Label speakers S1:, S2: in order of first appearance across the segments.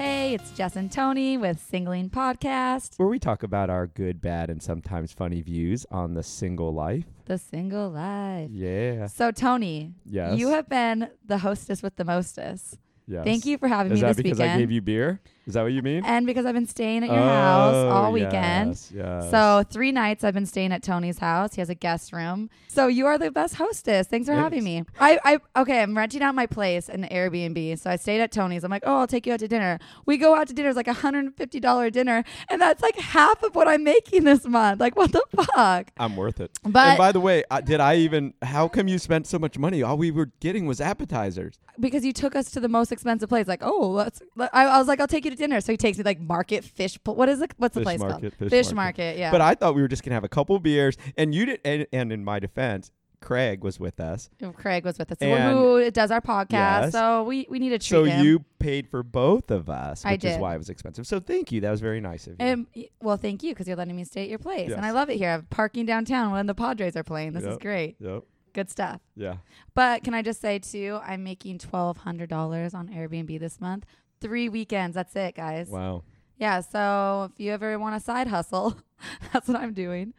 S1: Jess and Tony with Singling Podcast,
S2: where we talk about our good, bad, and sometimes funny views on the single life.
S1: The Single Life.
S2: Yeah.
S1: So, Tony,
S2: Yes.
S1: you have been the hostess with the mostest.
S2: Yes.
S1: Thank you for having me
S2: Is
S1: this
S2: that because
S1: weekend.
S2: I gave you beer? Is that what you mean? Oh,
S1: and because I've been staying at your house all weekend.
S2: Yes, yes.
S1: So, three nights I've been staying at Tony's house. He has a guest room. So, you are the best hostess. Thanks for having me. I, I, okay, I'm renting out my place in Airbnb. So, I stayed at Tony's. I'm like, oh, I'll take you out to dinner. We go out to dinner. It's like a $150 dinner. And that's like half of what I'm making this month. Like, what the fuck?
S2: I'm worth it.
S1: But-
S2: and by the way, uh, did I even? How come you spent so much money? All we were getting was appetizers.
S1: Because you took us to the most expensive place. Like, oh, let's, let- I, I was like, I'll take you to dinner. So, he takes me to, like market fish. Po- what is it? What's the
S2: Fish
S1: place called?
S2: market, fish market.
S1: yeah.
S2: But I thought we were just gonna have a couple beers, and you did. And, and in my defense, Craig was with us,
S1: Craig was with us,
S2: And-
S1: who does our podcast.
S2: Yes.
S1: So we, we need to treat
S2: so
S1: him.
S2: you paid for both of us,
S1: I
S2: which is
S1: did.
S2: why it was expensive. So thank you. That was very nice of you.
S1: and y- well, thank you because you're letting me stay at your place, and I
S2: Yes.
S1: love it here. I have parking downtown when the Padres are playing. This is
S2: Yep.
S1: great,
S2: yep.
S1: good stuff.
S2: Yeah.
S1: But can I just say too, I'm making twelve hundred dollars on Airbnb this month, three weekends. That's it, guys.
S2: Wow.
S1: Yeah. So if you ever want a side hustle, that's what I'm doing.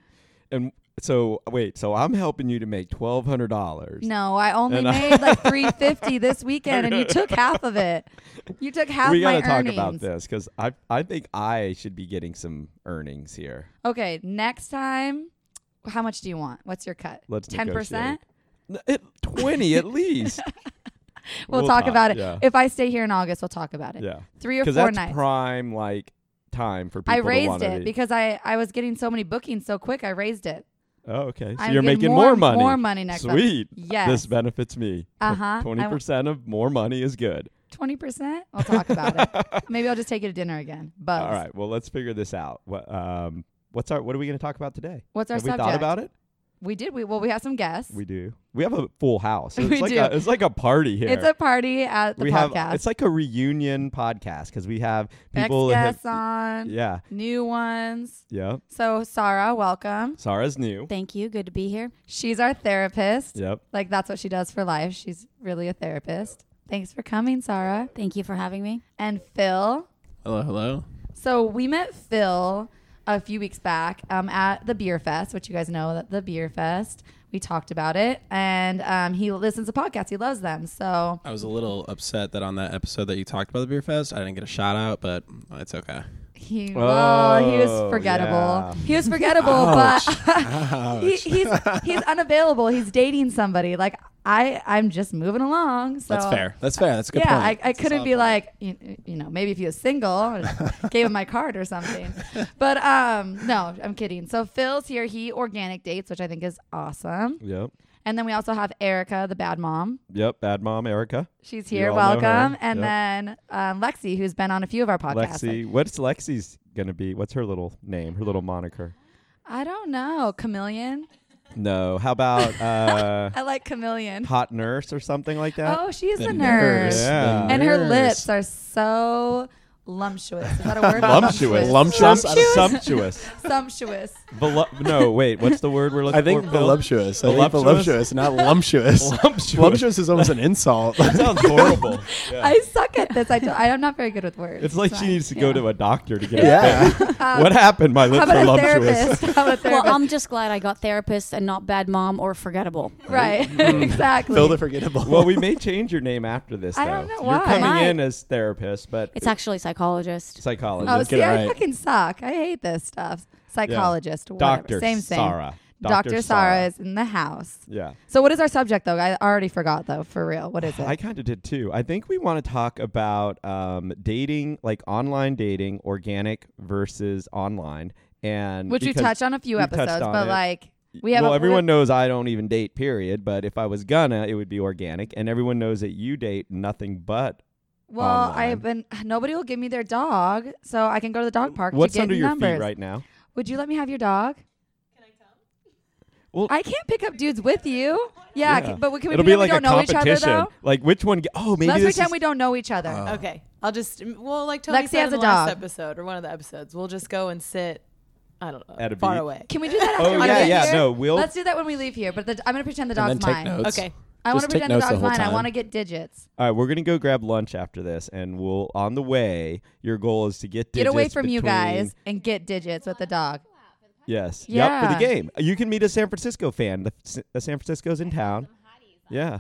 S2: And so wait, so I'm helping you to make twelve hundred dollars.
S1: No, I only
S2: And I-
S1: made like three fifty this weekend, and you took half of it. You took half
S2: we
S1: my
S2: gotta talk
S1: earnings.
S2: about this because I I think I should be getting some earnings here.
S1: Okay, next time, how much do you want? What's your cut?
S2: Let's
S1: ten percent.
S2: negotiate. N- at Twenty at least.
S1: We'll, talk, about it.
S2: Yeah.
S1: If I stay here in August, we'll talk about it.
S2: Yeah.
S1: Three or
S2: Because
S1: four
S2: that's
S1: nights.
S2: prime like time for people.
S1: I
S2: to
S1: raised
S2: wanna
S1: it
S2: be-
S1: because I I was getting so many bookings so quick. I raised it.
S2: Oh, okay. So
S1: I'm
S2: you're
S1: getting
S2: making
S1: more-
S2: more, money.
S1: more money next month.
S2: Sweet.
S1: Yes.
S2: This benefits me.
S1: Uh-huh. I w-
S2: Twenty percent of more money is good.
S1: Twenty percent. I'll talk about it. Maybe I'll just take you to dinner again. But
S2: All right. Well, let's figure this out. What um what's our what are we gonna talk about today?
S1: What's our
S2: Have
S1: subject?
S2: we thought about it?
S1: We did. We well, we have some guests.
S2: We do. We have a full house. It's
S1: We
S2: like
S1: do.
S2: A, it's like a party here.
S1: it's a party at the
S2: we
S1: podcast.
S2: have it's like a reunion podcast because we have people. that have-
S1: Ex guests on.
S2: yeah,
S1: New ones.
S2: yeah.
S1: So Sarah, welcome.
S2: Sarah's new.
S3: Thank you. Good to be here.
S1: She's our therapist.
S2: Yep.
S1: Like that's what she does for life. She's really a therapist. Thanks for coming, Sarah.
S3: Thank you for having me.
S1: And Phil.
S4: Hello, hello.
S1: So we met Phil a few weeks back um, at the Beer Fest, which you guys know that the Beer Fest. We talked about it, and um, he listens to podcasts. He loves them. So
S4: I was a little upset that on that episode that you talked about the beer fest, I didn't get a shout out, but it's okay.
S1: he, well, he was
S2: Oh,
S1: forgettable.
S2: yeah.
S1: He was forgettable, but he, he's he's unavailable. He's dating somebody. Like I, I'm just moving along. So
S4: That's fair. That's fair. That's a good
S1: Oh. yeah,
S4: point.
S1: I, I couldn't be like, you, you know, maybe if he was single, I gave him my card or something. But um, no, I'm kidding. So Phil's here. He organic dates, which I think is awesome.
S2: Yep.
S1: And then we also have Erica, the bad mom.
S2: Yep. Bad mom Erica.
S1: She's here.
S2: all know her.
S1: Welcome. And
S2: Yep.
S1: then um, Lexi, who's been on a few of our podcasts.
S2: Lexi. What's Lexi's gonna be? What's her little name? Her little moniker?
S1: I don't know. Chameleon.
S2: No. How about uh,
S1: I like chameleon.
S2: hot nurse or something like that?
S1: Oh, she is
S4: The
S1: a nurse.
S2: nurse. Yeah.
S1: And her
S4: Nurse.
S1: lips are so lumptuous. Is that a word?
S2: Lumptuous.
S4: Lumptuous?
S2: Sump- Sumptuous.
S1: Sumptuous.
S2: Volu- no, wait. What's the word we're looking
S5: I think
S2: for? Bill?
S5: voluptuous. I think
S2: Voluptuous?
S5: voluptuous, not lumptuous.
S2: Lumptuous.
S5: Lumptuous is almost an insult.
S2: That sounds horrible. Yeah.
S1: I suck at this. I don't, I'm not very good with words.
S2: It's like she
S1: fine.
S2: needs to
S1: Yeah.
S2: go to a doctor to get.
S5: Yeah.
S2: it fixed. what happened? My
S1: How
S2: lips
S1: about
S2: are
S1: a
S2: lumptuous.
S1: therapist? How about a
S3: Well,
S1: therapist?
S3: I'm just glad I got therapist and not bad mom or forgettable.
S1: right. exactly.
S5: Fill the forgettable.
S2: Well, we may change your name after this. Though.
S1: I don't know
S2: You're
S1: why.
S2: coming
S3: Why?
S2: in as therapist, but
S3: It's actually psychologist.
S2: psychologist,
S1: oh,
S5: Get
S1: see,
S5: it
S1: I
S5: right.
S1: fucking suck. I hate this stuff. Psychologist, whatever.
S2: Doctor
S1: same, same.
S2: Sarah.
S1: Doctor Sarah is in the house.
S2: Yeah,
S1: So, what is our subject though? I already forgot though. For real, what is it?
S2: I kind of did too. I think we want to talk about um, dating, like online dating, organic versus online, and
S1: Which we
S2: because-
S1: touched on a few
S2: we touched
S1: episodes,
S2: on
S1: but
S2: it.
S1: like we have.
S2: well,
S1: a,
S2: everyone knows I don't even date, period. But if I was gonna, it would be organic, and everyone knows that you date nothing but.
S1: Well, I've been. Nobody will give me their dog, so I can go to the dog park.
S2: What's
S1: to get
S2: under your
S1: numbers.
S2: feet right now?
S1: Would you let me have your dog?
S2: Well,
S1: I can't pick up dudes with you. Yeah,
S2: Yeah.
S1: Can, but we- can we
S2: it'll
S1: pretend
S2: be like
S1: we
S2: a
S1: don't know each other
S2: competition.
S1: though?
S2: Like which one? ge- oh, maybe
S1: Let's
S2: this
S1: pretend
S2: is- Oh.
S1: we don't know each other.
S6: Okay. I'll just well, like Tony
S1: Lexi
S6: said
S1: has
S6: in
S1: a
S6: the last
S1: dog.
S6: episode or one of the episodes, we'll just go and sit. I don't know,
S2: At a
S6: far
S2: beach.
S6: away.
S1: Can we do that?
S2: Oh,
S1: after we
S2: yeah,
S1: leave
S2: yeah,
S1: here?
S2: no, we'll-
S1: Let's do that when we leave here. But the, I'm gonna pretend the
S4: and
S1: dog's
S4: then take
S1: mine.
S4: notes.
S6: Okay,
S1: I want to
S4: Just take
S1: pretend the
S4: notes the
S1: dog's
S4: whole
S1: mine. I
S4: time.
S1: want to get digits.
S2: All right, we're gonna go grab lunch after this, and we'll on the way. Your goal is to get
S1: Get away
S2: digits
S1: from you
S2: between-
S1: guys and get digits with the dog.
S2: Yes. Yep. For
S1: Yeah.
S2: the game, you can meet a San Francisco fan. The, S- the San Francisco's in town. Yeah.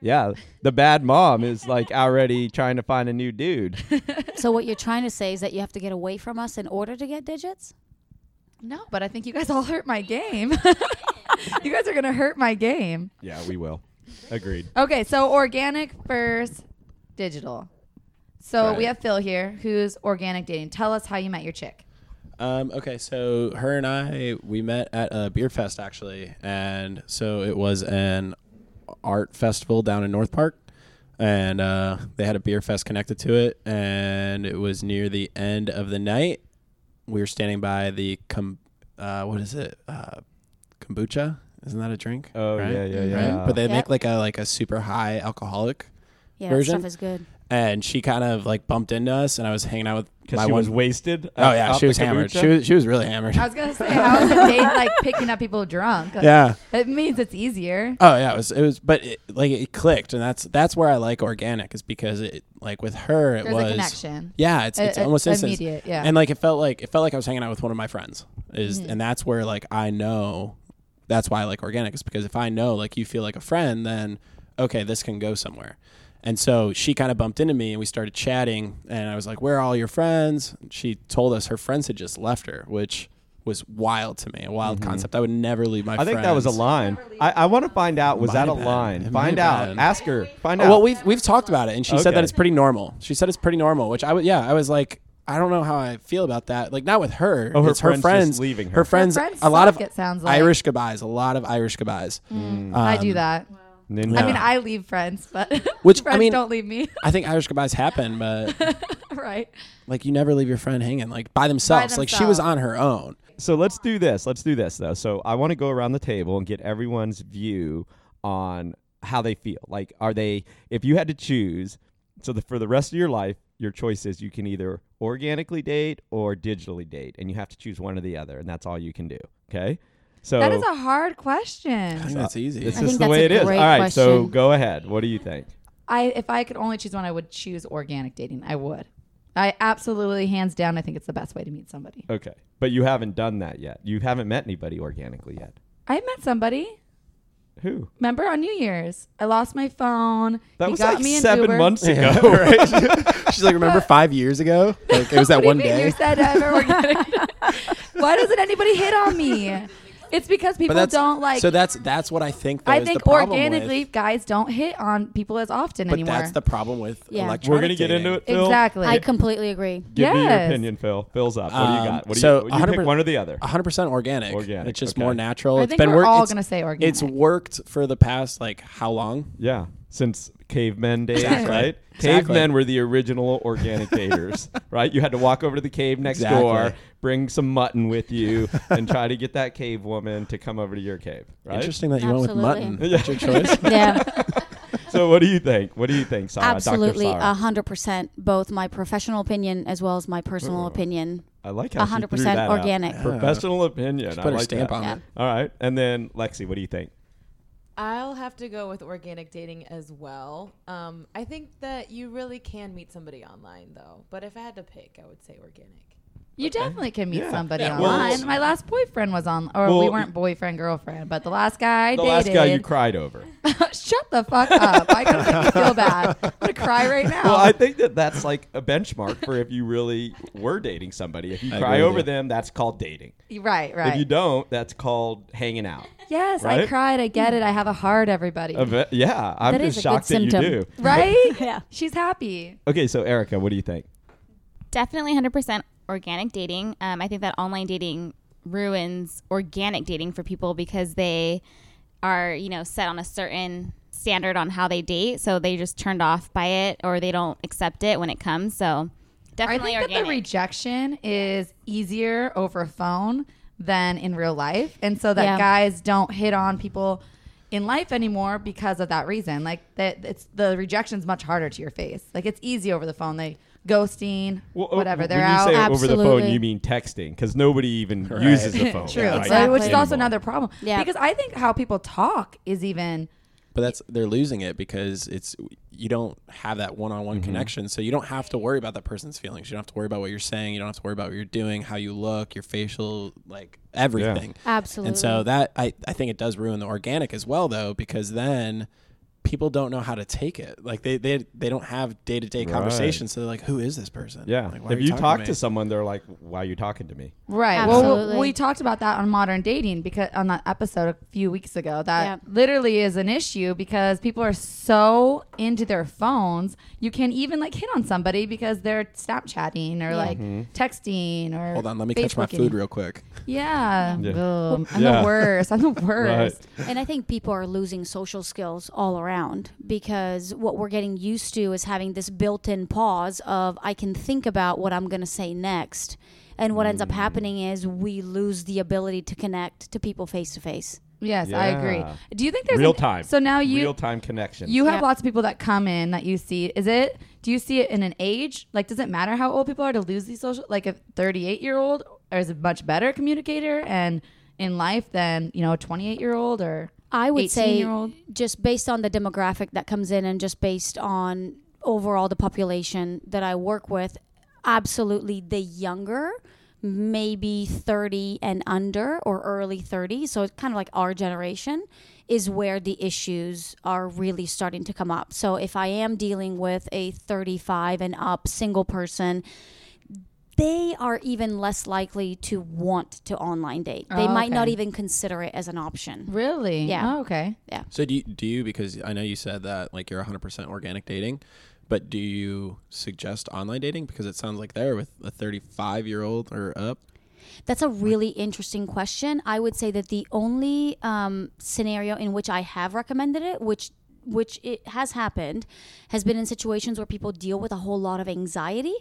S2: Yeah. The bad mom is like already trying to find a new dude.
S3: So what you're trying to say is that you have to get away from us in order to get digits?
S1: No, but I think you guys all hurt my game. you guys are gonna hurt my game.
S2: Yeah, we will. Agreed.
S1: Okay, so organic first, digital. So we
S4: Right.
S1: have Phil here, who's organic dating. Tell us how you met your chick.
S4: Um, okay, so her and I we met at a beer fest actually, and so it was an art festival down in North Park, and uh, they had a beer fest connected to it, and it was near the end of the night. We were standing by the com- uh, what is it, uh, kombucha? Isn't that a drink?
S2: Oh
S4: Right?
S2: yeah, yeah,
S3: Mhm.
S2: yeah.
S4: Right? But they
S3: Yep.
S4: make like a like a super high alcoholic,
S3: Yeah,
S4: Version?
S3: that stuff is good.
S4: and she kind of like bumped into us, and I was hanging out with
S2: because
S4: my
S2: she
S4: one.
S2: was wasted.
S4: oh yeah, she was hammered. She was she was really hammered.
S1: I was gonna say, how is a date like picking up people drunk?
S4: yeah.
S1: It means it's easier.
S4: Oh yeah, it was it was, but it, like it clicked, and that's that's where I like organic is because it like with her it
S1: There's
S4: was
S1: a connection.
S4: yeah, it's it's
S1: I- I-
S4: almost instant,
S1: immediate, yeah. Mm-hmm.
S4: and like it felt like it felt like I was hanging out with one of my friends is, and that's where like I know that's why I like organic is because if I know like you feel like a friend, then okay, this can go somewhere. And so she kind of bumped into me and we started chatting and I was like, "Where are all your friends?" She told us her friends had just left her, which was wild to me, a wild concept. I would never leave my
S2: Mm-hmm. I think that was a
S4: friends.
S2: line. I, I want to find out. Was
S4: My
S2: that a
S4: bad.
S2: line?
S4: My
S2: Find out.
S4: bad.
S2: Ask her. Find out.
S4: Well, we've we've talked about it, and she said
S2: Okay.
S4: that it's pretty normal. She said it's pretty normal, which I would yeah, I was like, I don't know how I feel about that. Like not with her,
S2: Oh, her
S4: it's
S2: friends
S4: her
S2: just
S4: friends
S2: leaving her.
S4: Her friends,
S1: friends
S4: a lot
S1: suck,
S4: of
S1: it sounds like. Mm.
S4: Irish goodbyes, a lot of Irish goodbyes.
S1: I
S4: Um,
S1: do that.
S2: Then-
S1: I mean,
S4: Yeah.
S1: I leave friends, but
S4: Which, I
S1: friends
S4: mean-
S1: don't leave me,
S4: I think Irish goodbyes happen, but
S1: right?
S4: like you never leave your friend hanging, like by themselves. Like she
S1: themselves.
S4: was on her own.
S2: So let's do this. Let's do this though. So I want to go around the table and get everyone's view on how they feel. Like, are they? If you had to choose, so the, for the rest of your life, your choice is you can either organically date or digitally date, and you have to choose one or the other, and that's all you can do. Okay. So
S1: That is a hard question.
S4: I think that's easy.
S2: It's
S3: I
S2: just the
S3: think that's
S2: way
S3: a
S2: it is. All
S3: great
S2: right. So
S3: question.
S2: go ahead. What do you think?
S1: I if I could only choose one, I would choose organic dating. I would. I absolutely, hands down, I think it's the best way to meet somebody.
S2: Okay. But you haven't done that yet. You haven't met anybody organically yet.
S1: I met somebody.
S2: Who?
S1: Remember on New Year's, I lost my phone.
S2: That
S1: he
S2: was
S1: got
S2: like
S1: me an
S2: seven
S1: Uber.
S2: months ago.
S5: She's like, remember five years ago? Like it was that
S1: What
S5: one
S1: do you mean?
S5: day.
S1: You said ever organic. Why doesn't anybody hit on me? It's because
S4: but
S1: people
S4: that's
S1: don't like.
S4: So that's that's what I think. Though,
S1: I
S4: is the
S1: think
S4: problem
S1: organically,
S4: with-
S1: guys don't hit on people as often
S4: but
S1: anymore.
S4: that's the problem with
S3: Yeah.
S4: electronic.
S2: We're gonna get into
S4: dating.
S2: it. Phil.
S1: exactly.
S3: I completely agree.
S2: Give me your
S1: Yes.
S2: opinion, Phil. Phil's up. What do you
S4: Um,
S2: got? What do
S4: so
S2: you, you pick
S4: 100%
S2: one or the other?
S4: 100% organic.
S2: Organic,
S4: It's just
S2: okay.
S4: more natural.
S1: I
S4: It's
S1: think
S4: been
S1: we're
S4: work-
S1: all
S4: it's-
S1: gonna say organic.
S4: It's worked for the past like how long?
S2: Yeah, since cavemen days,
S4: Exactly.
S2: right?
S4: Exactly.
S2: Cavemen were the original organic daters, right? You had to walk over to the cave next
S4: Exactly.
S2: door, bring some mutton with you, and try to get that cave woman to come over to your cave, right?
S4: Interesting that you went with mutton.
S3: Absolutely.
S4: That's your choice.
S3: Yeah.
S2: So, what do you think? What do you think, Sarah?
S3: Absolutely,
S2: Dr. Sarah?
S3: a hundred percent. Both my professional opinion as well as my personal opinion.
S2: I like how
S3: A
S2: she threw
S3: hundred percent
S2: that out.
S3: organic.
S2: Professional opinion. I
S4: Put a
S2: like
S4: stamp
S2: that.
S4: on
S3: Yeah.
S4: it.
S2: All right, and then Lexi, what do you think?
S6: I'll have to go with organic dating as well. Um, I think that you really can meet somebody online, though. But if I had to pick, I would say organic.
S1: You definitely can meet
S2: Yeah.
S1: somebody
S2: Yeah, well,
S1: online.
S2: it's-
S1: My last boyfriend was on, or
S2: Well,
S1: we
S2: y-
S1: weren't boyfriend girlfriend, but the last guy I
S2: The
S1: dated.
S2: last guy you cried over.
S1: Shut the fuck up! I gotta make you feel bad. I'm gonna cry right now.
S2: Well, I think that that's like a benchmark for if you really were dating somebody. If you
S4: I
S2: cry
S4: agree with
S2: over
S4: you.
S2: them, that's called dating.
S1: right, right.
S2: If you don't, that's called hanging out.
S1: yes, I
S2: right?
S1: cried. I get it. I have a heart. Everybody,
S2: A ve- yeah, I'm
S3: That
S2: just
S3: is a good
S2: shocked that you
S3: symptom.
S2: do.
S1: right?
S3: Yeah.
S1: She's happy.
S2: Okay, so Erica, what do you think?
S7: Definitely 100% organic dating. Um, I think that online dating ruins organic dating for people because they are, you know, set on a certain standard on how they date. So they just turned off by it or they don't accept it when it comes. So
S1: I
S7: definitely
S1: think that the
S7: organic.
S1: rejection is easier over phone than in real life, and so that
S3: Yeah.
S1: guys don't hit on people in life anymore because of that reason. Like that, it's the rejection's much harder to your face. Like it's easy over the phone. They ghosting, whatever. They're
S2: oh, uh, when
S1: out.
S2: you say over the phone,
S3: Absolutely.
S2: you mean texting because nobody even uses the phone.
S1: True.
S2: right?
S1: So- Which is
S3: Exactly.
S1: also another problem.
S3: Yeah.
S1: Because I think how people talk is even
S4: But that's they're losing it because it's you don't have that one-on-one
S2: Mm-hmm.
S4: connection, so you don't have to worry about that person's feelings. You don't have to worry about what you're saying. You don't have to worry about what you're doing, how you look, your facial, like everything.
S3: Absolutely.
S4: And so that I, I think it does ruin the organic as well though, because then people don't know how to take it. Like they they, they don't have day to day
S2: Right.
S4: conversations. So they're like, who is this person?
S2: Yeah.
S4: Like, why are
S2: if you
S4: talking
S2: talk
S4: me?
S2: to someone, they're like, "Why are you talking to me?"
S1: Right. Well,
S3: Absolutely.
S1: we talked about that on modern dating because on that episode a few weeks ago, that
S3: Yeah.
S1: literally is an issue because people are so into their phones, you can't even like hit on somebody because they're Snapchatting or like texting or.
S4: Mm-hmm. Hold on, let me catch my
S1: Facebooking.
S4: food real quick.
S1: Yeah.
S2: Yeah.
S1: Ugh, I'm
S2: Yeah.
S1: the worst. I'm the worst.
S3: And I think people are losing social skills all around because what we're getting used to is having this built in pause of I can think about what I'm going to say next. And what ends up happening is we lose the ability to connect to people face to face.
S1: Yes, I agree.
S2: Yeah.
S1: Do you think there's
S2: Real
S1: an-
S2: time.
S1: So now you
S2: real time connection.
S1: You have
S3: Yeah.
S1: lots of people that come in that you see. Is it? Do you see it in an age? Like, does it matter how old people are to lose these social? Like, a 38 year old is a much better communicator and in life than you know a 28 year old or
S3: I would say
S1: 18-year-old?
S3: just based on the demographic that comes in and just based on overall the population that I work with, absolutely the younger, maybe 30 and under or early 30, so it's kind of like our generation is where the issues are really starting to come up. So if I am dealing with a 35 and up single person, they are even less likely to want to online date. They
S1: Oh,
S3: might not
S1: okay.
S3: even consider it as an option.
S1: really?
S3: Yeah.
S1: Oh, okay.
S4: So do you, do you because I know you said that like you're 100% organic dating, but do you suggest online dating because it sounds like there with a 35 year old or up?
S3: That's a really interesting question. I would say that the only um, scenario in which I have recommended it, which which it has happened, has been in situations where people deal with a whole lot of anxiety.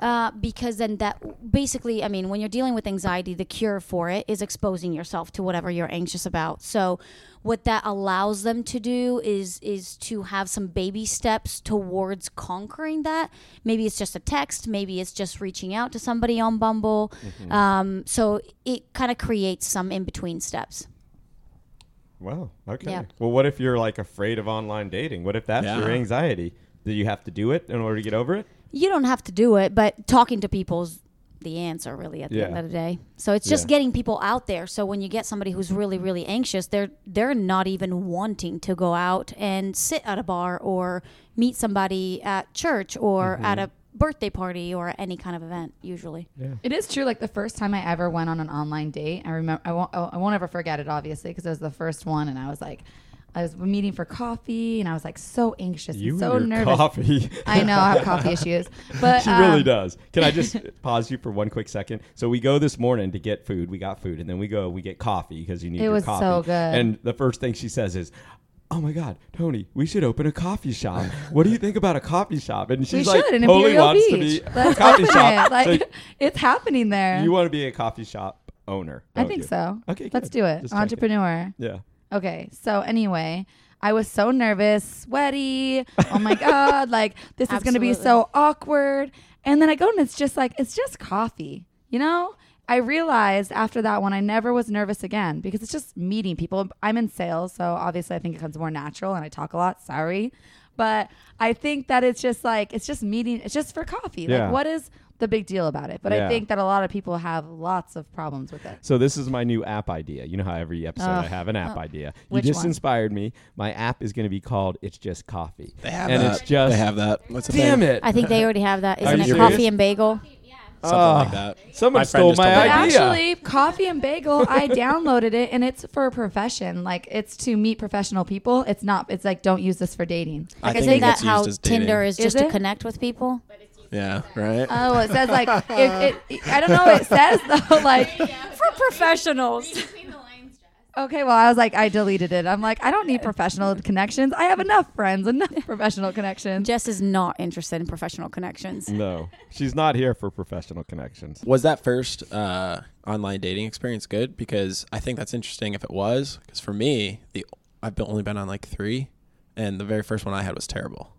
S3: Uh, because then that basically, I mean, when you're dealing with anxiety, the cure for it is exposing yourself to whatever you're anxious about. So, what that allows them to do is is to have some baby steps towards conquering that. Maybe it's just a text, maybe it's just reaching out to somebody on Bumble. Um, so it kind of creates some in between steps.
S2: Wow. Okay.
S3: Yeah.
S2: Well, what if you're like afraid of online dating? What if that's
S4: Yeah.
S2: your anxiety? Do you have to do it in order to get over it?
S3: You don't have to do it, but talking to people's the answer really at the
S2: Yeah.
S3: end of the day. So it's just
S2: Yeah.
S3: getting people out there. So when you get somebody who's really really anxious, they're they're not even wanting to go out and sit at a bar or meet somebody at church or
S4: Mm-hmm.
S3: at a birthday party or any kind of event usually.
S1: It is true. Like the first time I ever went on an online date, I remember. I won't. I won't ever forget it, obviously, because it was the first one, and I was like, I was meeting for coffee, and I was like so anxious,
S2: You
S1: and so
S2: and your
S1: nervous.
S2: coffee.
S1: I know I have coffee issues, but
S2: she really
S1: um,
S2: does. Can I just pause you for one quick second? So we go this morning to get food. We got food, and then we go. We get coffee because you need.
S1: It
S2: your
S1: was
S2: coffee.
S1: so good.
S2: And the first thing she says is. Oh my God, Tony! We should open a coffee shop. What do you think about a coffee shop? And she's
S1: We
S2: like,
S1: should in
S2: totally
S1: Imperial
S2: wants
S1: Beach.
S2: to be a
S1: Let's
S2: coffee
S1: open
S2: shop.
S1: it. Like
S2: So
S1: it's happening there.
S2: you want to be a coffee shop owner?
S1: I
S2: don't
S1: think
S2: you?
S1: so.
S2: Okay,
S1: let's
S2: good.
S1: do it.
S2: Just checking.
S1: Entrepreneur.
S2: Yeah.
S1: Okay. So anyway, I was so nervous, sweaty. Oh my god! Like this is going to be so awkward. And then I go and it's just like it's just coffee, you know. I realized after that one, I never was nervous again because it's just meeting people. I'm in sales, so obviously I think it comes more natural, and I talk a lot. Sorry, but I think that it's just like it's just meeting. It's just for coffee.
S2: Yeah.
S1: Like what is the big deal about it? But
S2: Yeah.
S1: I think that a lot of people have lots of problems with it.
S2: So this is my new app idea. You know how every episode I
S1: Ugh.
S2: have an app idea. You
S1: Which
S2: just
S1: one?
S2: inspired me. My app is going to be called "It's Just Coffee,"
S4: They have
S2: and
S4: that.
S2: it's just
S4: they have that. What's the
S2: damn
S4: thing?
S2: it,
S3: I think they already have that. Isn't
S2: you
S3: it
S2: serious?
S3: coffee and bagel?
S4: Something
S2: Ah,
S4: like that.
S2: someone
S4: My friend
S2: stole
S4: just
S2: my
S4: told me
S1: But
S4: that.
S2: idea.
S1: actually, Coffee and Bagel, I downloaded it and it's for a profession. Like it's to meet professional people. It's not. It's like don't use this for dating.
S4: I
S3: Like
S4: think
S3: isn't
S4: it gets
S3: that how
S4: used as dating.
S3: Tinder is
S1: Is
S3: just
S1: it?
S3: to connect with people?
S4: Yeah, right.
S1: Oh, it says like it, it, I don't know. what It says though like for professionals.
S7: Between the lines, Jess.
S1: Okay, well, I was like, I deleted it. I'm like, I don't need professional connections. I have enough friends, enough professional connections.
S3: Jess is not interested in professional connections.
S2: no, she's not here for professional connections.
S4: Was that first uh, online dating experience good? Because I think that's interesting if it was. Because for me, the I've been, only been on like three, and the very first one I had was terrible.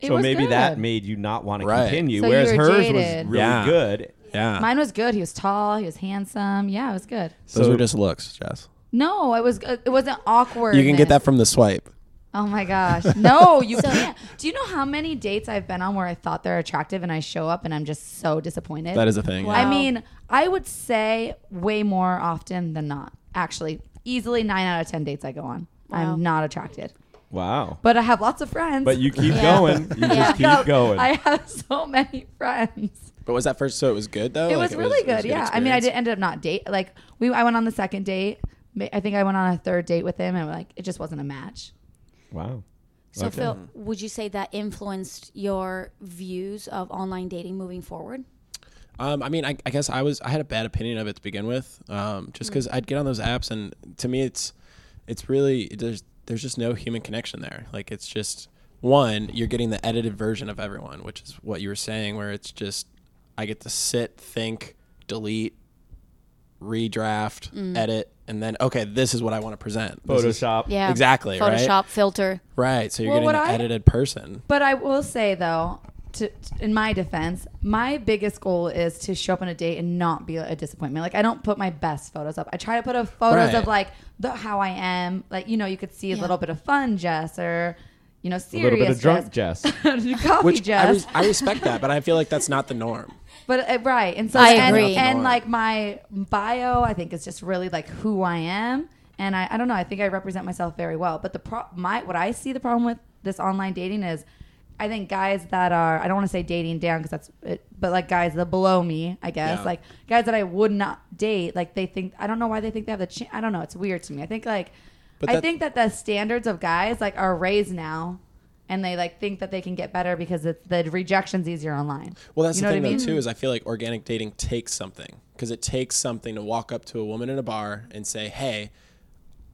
S1: It
S2: so
S1: was
S2: maybe that
S1: good.
S2: made you not want to
S4: Right.
S2: continue,
S1: So you
S2: whereas
S1: were
S2: hers was
S1: jaded.
S2: really
S4: Yeah.
S2: good.
S4: Yeah,
S1: Mine was good. He was tall. He was handsome. Yeah, it was good.
S4: those
S2: So-
S4: were just looks, Jess.
S1: No, it was. It wasn't awkward.
S4: You can get that from the swipe.
S1: Oh my gosh. No, you
S3: So,
S1: can't. Do you know how many dates I've been on where I thought they're attractive and I show up and I'm just so disappointed?
S4: That is a thing.
S1: I mean, I would say way more often than not. Actually, easily nine out of 10 dates I go on.
S3: Wow.
S1: I'm not attracted.
S2: Wow.
S1: But I have lots of friends.
S2: But you keep
S3: Yeah.
S2: going. You
S3: Yeah.
S2: just keep going.
S1: I have so many friends.
S4: But was that first? So it was good though.
S1: it
S4: Like,
S1: was really
S4: it was
S1: good.
S4: a
S1: yeah. I mean, I
S4: experience?
S1: did end up not date. Like we, I went on the second date. Ma- I think I went on a third date with him, and like it just wasn't a match.
S2: wow.
S3: So,
S2: Okay.
S3: Phil, would you say that influenced your views of online dating moving forward?
S4: Um, I mean, I, I guess I was I had a bad opinion of it to begin with, um,
S1: Mm.
S4: just because I'd get on those apps and to me it's it's really there's there's just no human connection there. Like it's just one you're getting the edited version of everyone, which is what you were saying, where it's just I get to sit, think, delete, redraft,
S1: Mm.
S4: edit, and then okay, this is what I want to present. This is-
S2: Photoshop.
S3: Yeah.
S4: Exactly, right?
S3: Photoshop filter.
S4: right? So you're
S1: Well,
S4: getting
S1: what
S4: an
S1: I-
S4: edited person.
S1: But I will say though, to, in my defense, my biggest goal is to show up on a date and not be a disappointment. Like I don't put my best photos up. I try to put up photos
S4: Right.
S1: of like the how I am. Like you know, you could see a
S3: Yeah.
S1: little bit of fun, Jess, or you know,
S2: A
S1: serious,
S2: little bit of drunk
S1: Jess,
S2: Jess.
S1: coffee,
S4: Which I,
S1: Jess.
S4: res- I respect that, but I feel like that's not the norm.
S1: But uh, right, and so
S3: I
S1: and,
S3: agree.
S1: and like my bio, I think is just really like who I am, and I, I don't know. I think I represent myself very well. But the pro- my what I see the problem with this online dating is, I think guys that are I don't want to say dating down because that's it, but like guys that below me, I guess
S4: Yeah.
S1: like guys that I would not date. Like they think I don't know why they think they have the chance. I don't know. It's weird to me. I think like
S4: But
S1: I
S4: that-
S1: think that the standards of guys like are raised now. And they like think that they can get better because it's, the rejection's easier online.
S4: Well, that's
S1: You
S4: the
S1: know what
S4: thing
S1: I mean?
S4: though too is I feel like organic dating takes something because it takes something to walk up to a woman in a bar and say, "Hey,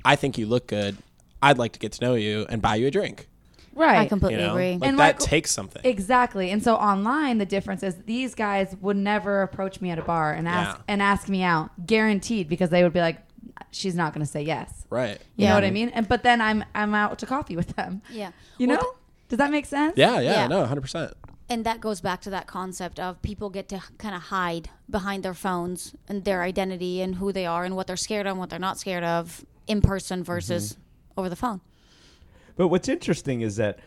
S4: I think you look good. I'd like to get to know you and buy you a drink."
S1: Right.
S3: I completely
S4: You know,
S3: agree.
S4: like
S1: And like-
S4: that takes something.
S1: Exactly. And so online, the difference is these guys would never approach me at a bar and ask
S4: Yeah.
S1: and ask me out, guaranteed, because they would be like, "She's not going to say yes."
S4: right.
S1: You
S3: Yeah.
S1: know what I mean? And but then I'm I'm out to coffee with them.
S3: Yeah.
S1: You
S3: Well,
S1: know? Does that make sense?
S4: Yeah, yeah,
S3: Yeah.
S4: no, 100%.
S3: and that goes back to that concept of people get to kind of hide behind their phones and their identity and who they are and what they're scared of and what they're not scared of in person
S4: Mm-hmm.
S3: versus over the phone.
S2: But what's interesting is that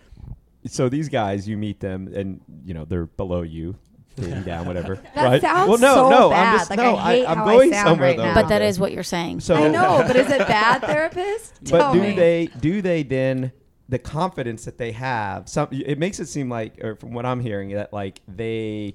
S2: so these guys, you meet them, and you know they're below you, dating down, whatever.
S1: That
S2: right?
S1: sounds
S2: well, no,
S1: so
S2: no,
S1: bad.
S2: I'm just
S1: Like,
S2: no.
S1: I hate
S2: am
S1: how I
S2: going
S1: sound
S2: somewhere
S1: right
S2: though.
S1: now.
S3: But
S2: with
S3: that
S2: this.
S3: is what you're saying.
S2: So,
S1: I know, but is it bad, therapist?
S2: but
S1: Tell
S2: do
S1: me.
S2: they do they then the confidence that they have? Some it makes it seem like, or from what I'm hearing, that like they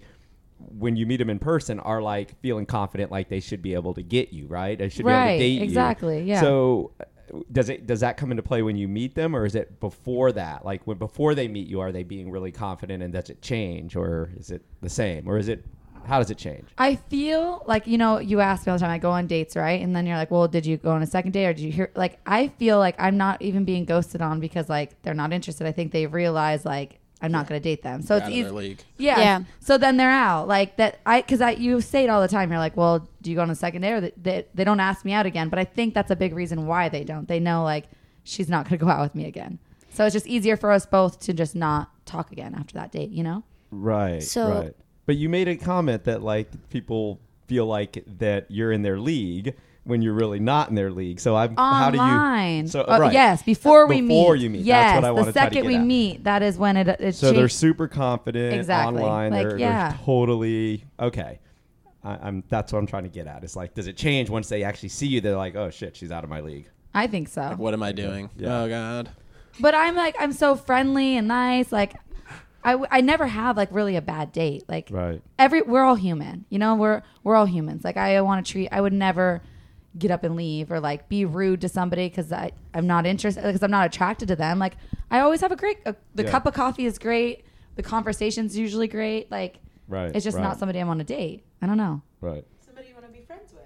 S2: when you meet them in person are like feeling confident, like they should be able to get you, right? They should be able
S1: Right,
S2: to date you.
S1: exactly, yeah.
S2: So. uh, Does it does that come into play when you meet them, or is it before that? Like when before they meet you, are they being really confident, and does it change, or is it the same, or is it how does it change?
S1: I feel like you know you ask me all the time. I go on dates, right? And then you're like, "Well, did you go on a second date, or did you hear?" Like, I feel like I'm not even being ghosted on because like they're not interested. I think they realize like I'm not going to date them, so
S4: Out
S1: it's
S4: of
S1: easy.
S4: their league.
S1: Yeah.
S3: Yeah.
S1: So then they're out like that. I because I you say it all the time. You're like, "Well, do you go on a second date?" Or they, they they don't ask me out again. But I think that's a big reason why they don't. They know like she's not going to go out with me again. So it's just easier for us both to just not talk again after that date. You know.
S2: Right.
S3: So-
S2: right. But you made a comment that like people feel like that you're in their league when you're really not in their league. So I'm how do
S1: online.
S2: you so
S1: Oh,
S2: right.
S1: Yes, before we meet.
S2: Before you meet. That's
S1: Yes,
S2: what I wanted
S1: the
S2: to try to
S1: second
S2: get
S1: we
S2: at.
S1: meet, that is when it. it
S2: So they're
S1: shakes.
S2: super confident
S1: Exactly.
S2: online.
S1: Like,
S2: they're, they're
S1: yeah.
S2: totally okay. I, I'm that's what I'm trying to get at. It's like does it change once they actually see you? They're like, oh shit, she's out of my league.
S1: I think so.
S4: What am I doing?
S2: Yeah.
S4: Oh god.
S1: But I'm like, I'm so friendly and nice. Like, I, w- I never have like really a bad date. Like,
S2: Right.
S1: every we're all human. You know, we're we're all humans. Like, I want to treat. I would never get up and leave or like be rude to somebody because I I'm not interested because I'm not attracted to them. Like, I always have a great. A, the
S2: Yeah.
S1: cup of coffee is great. The conversation's usually great. Like,
S2: Right,
S1: It's just
S2: right.
S1: not somebody I'm on a date. I don't know.
S2: Right.
S6: Somebody you want to be friends with.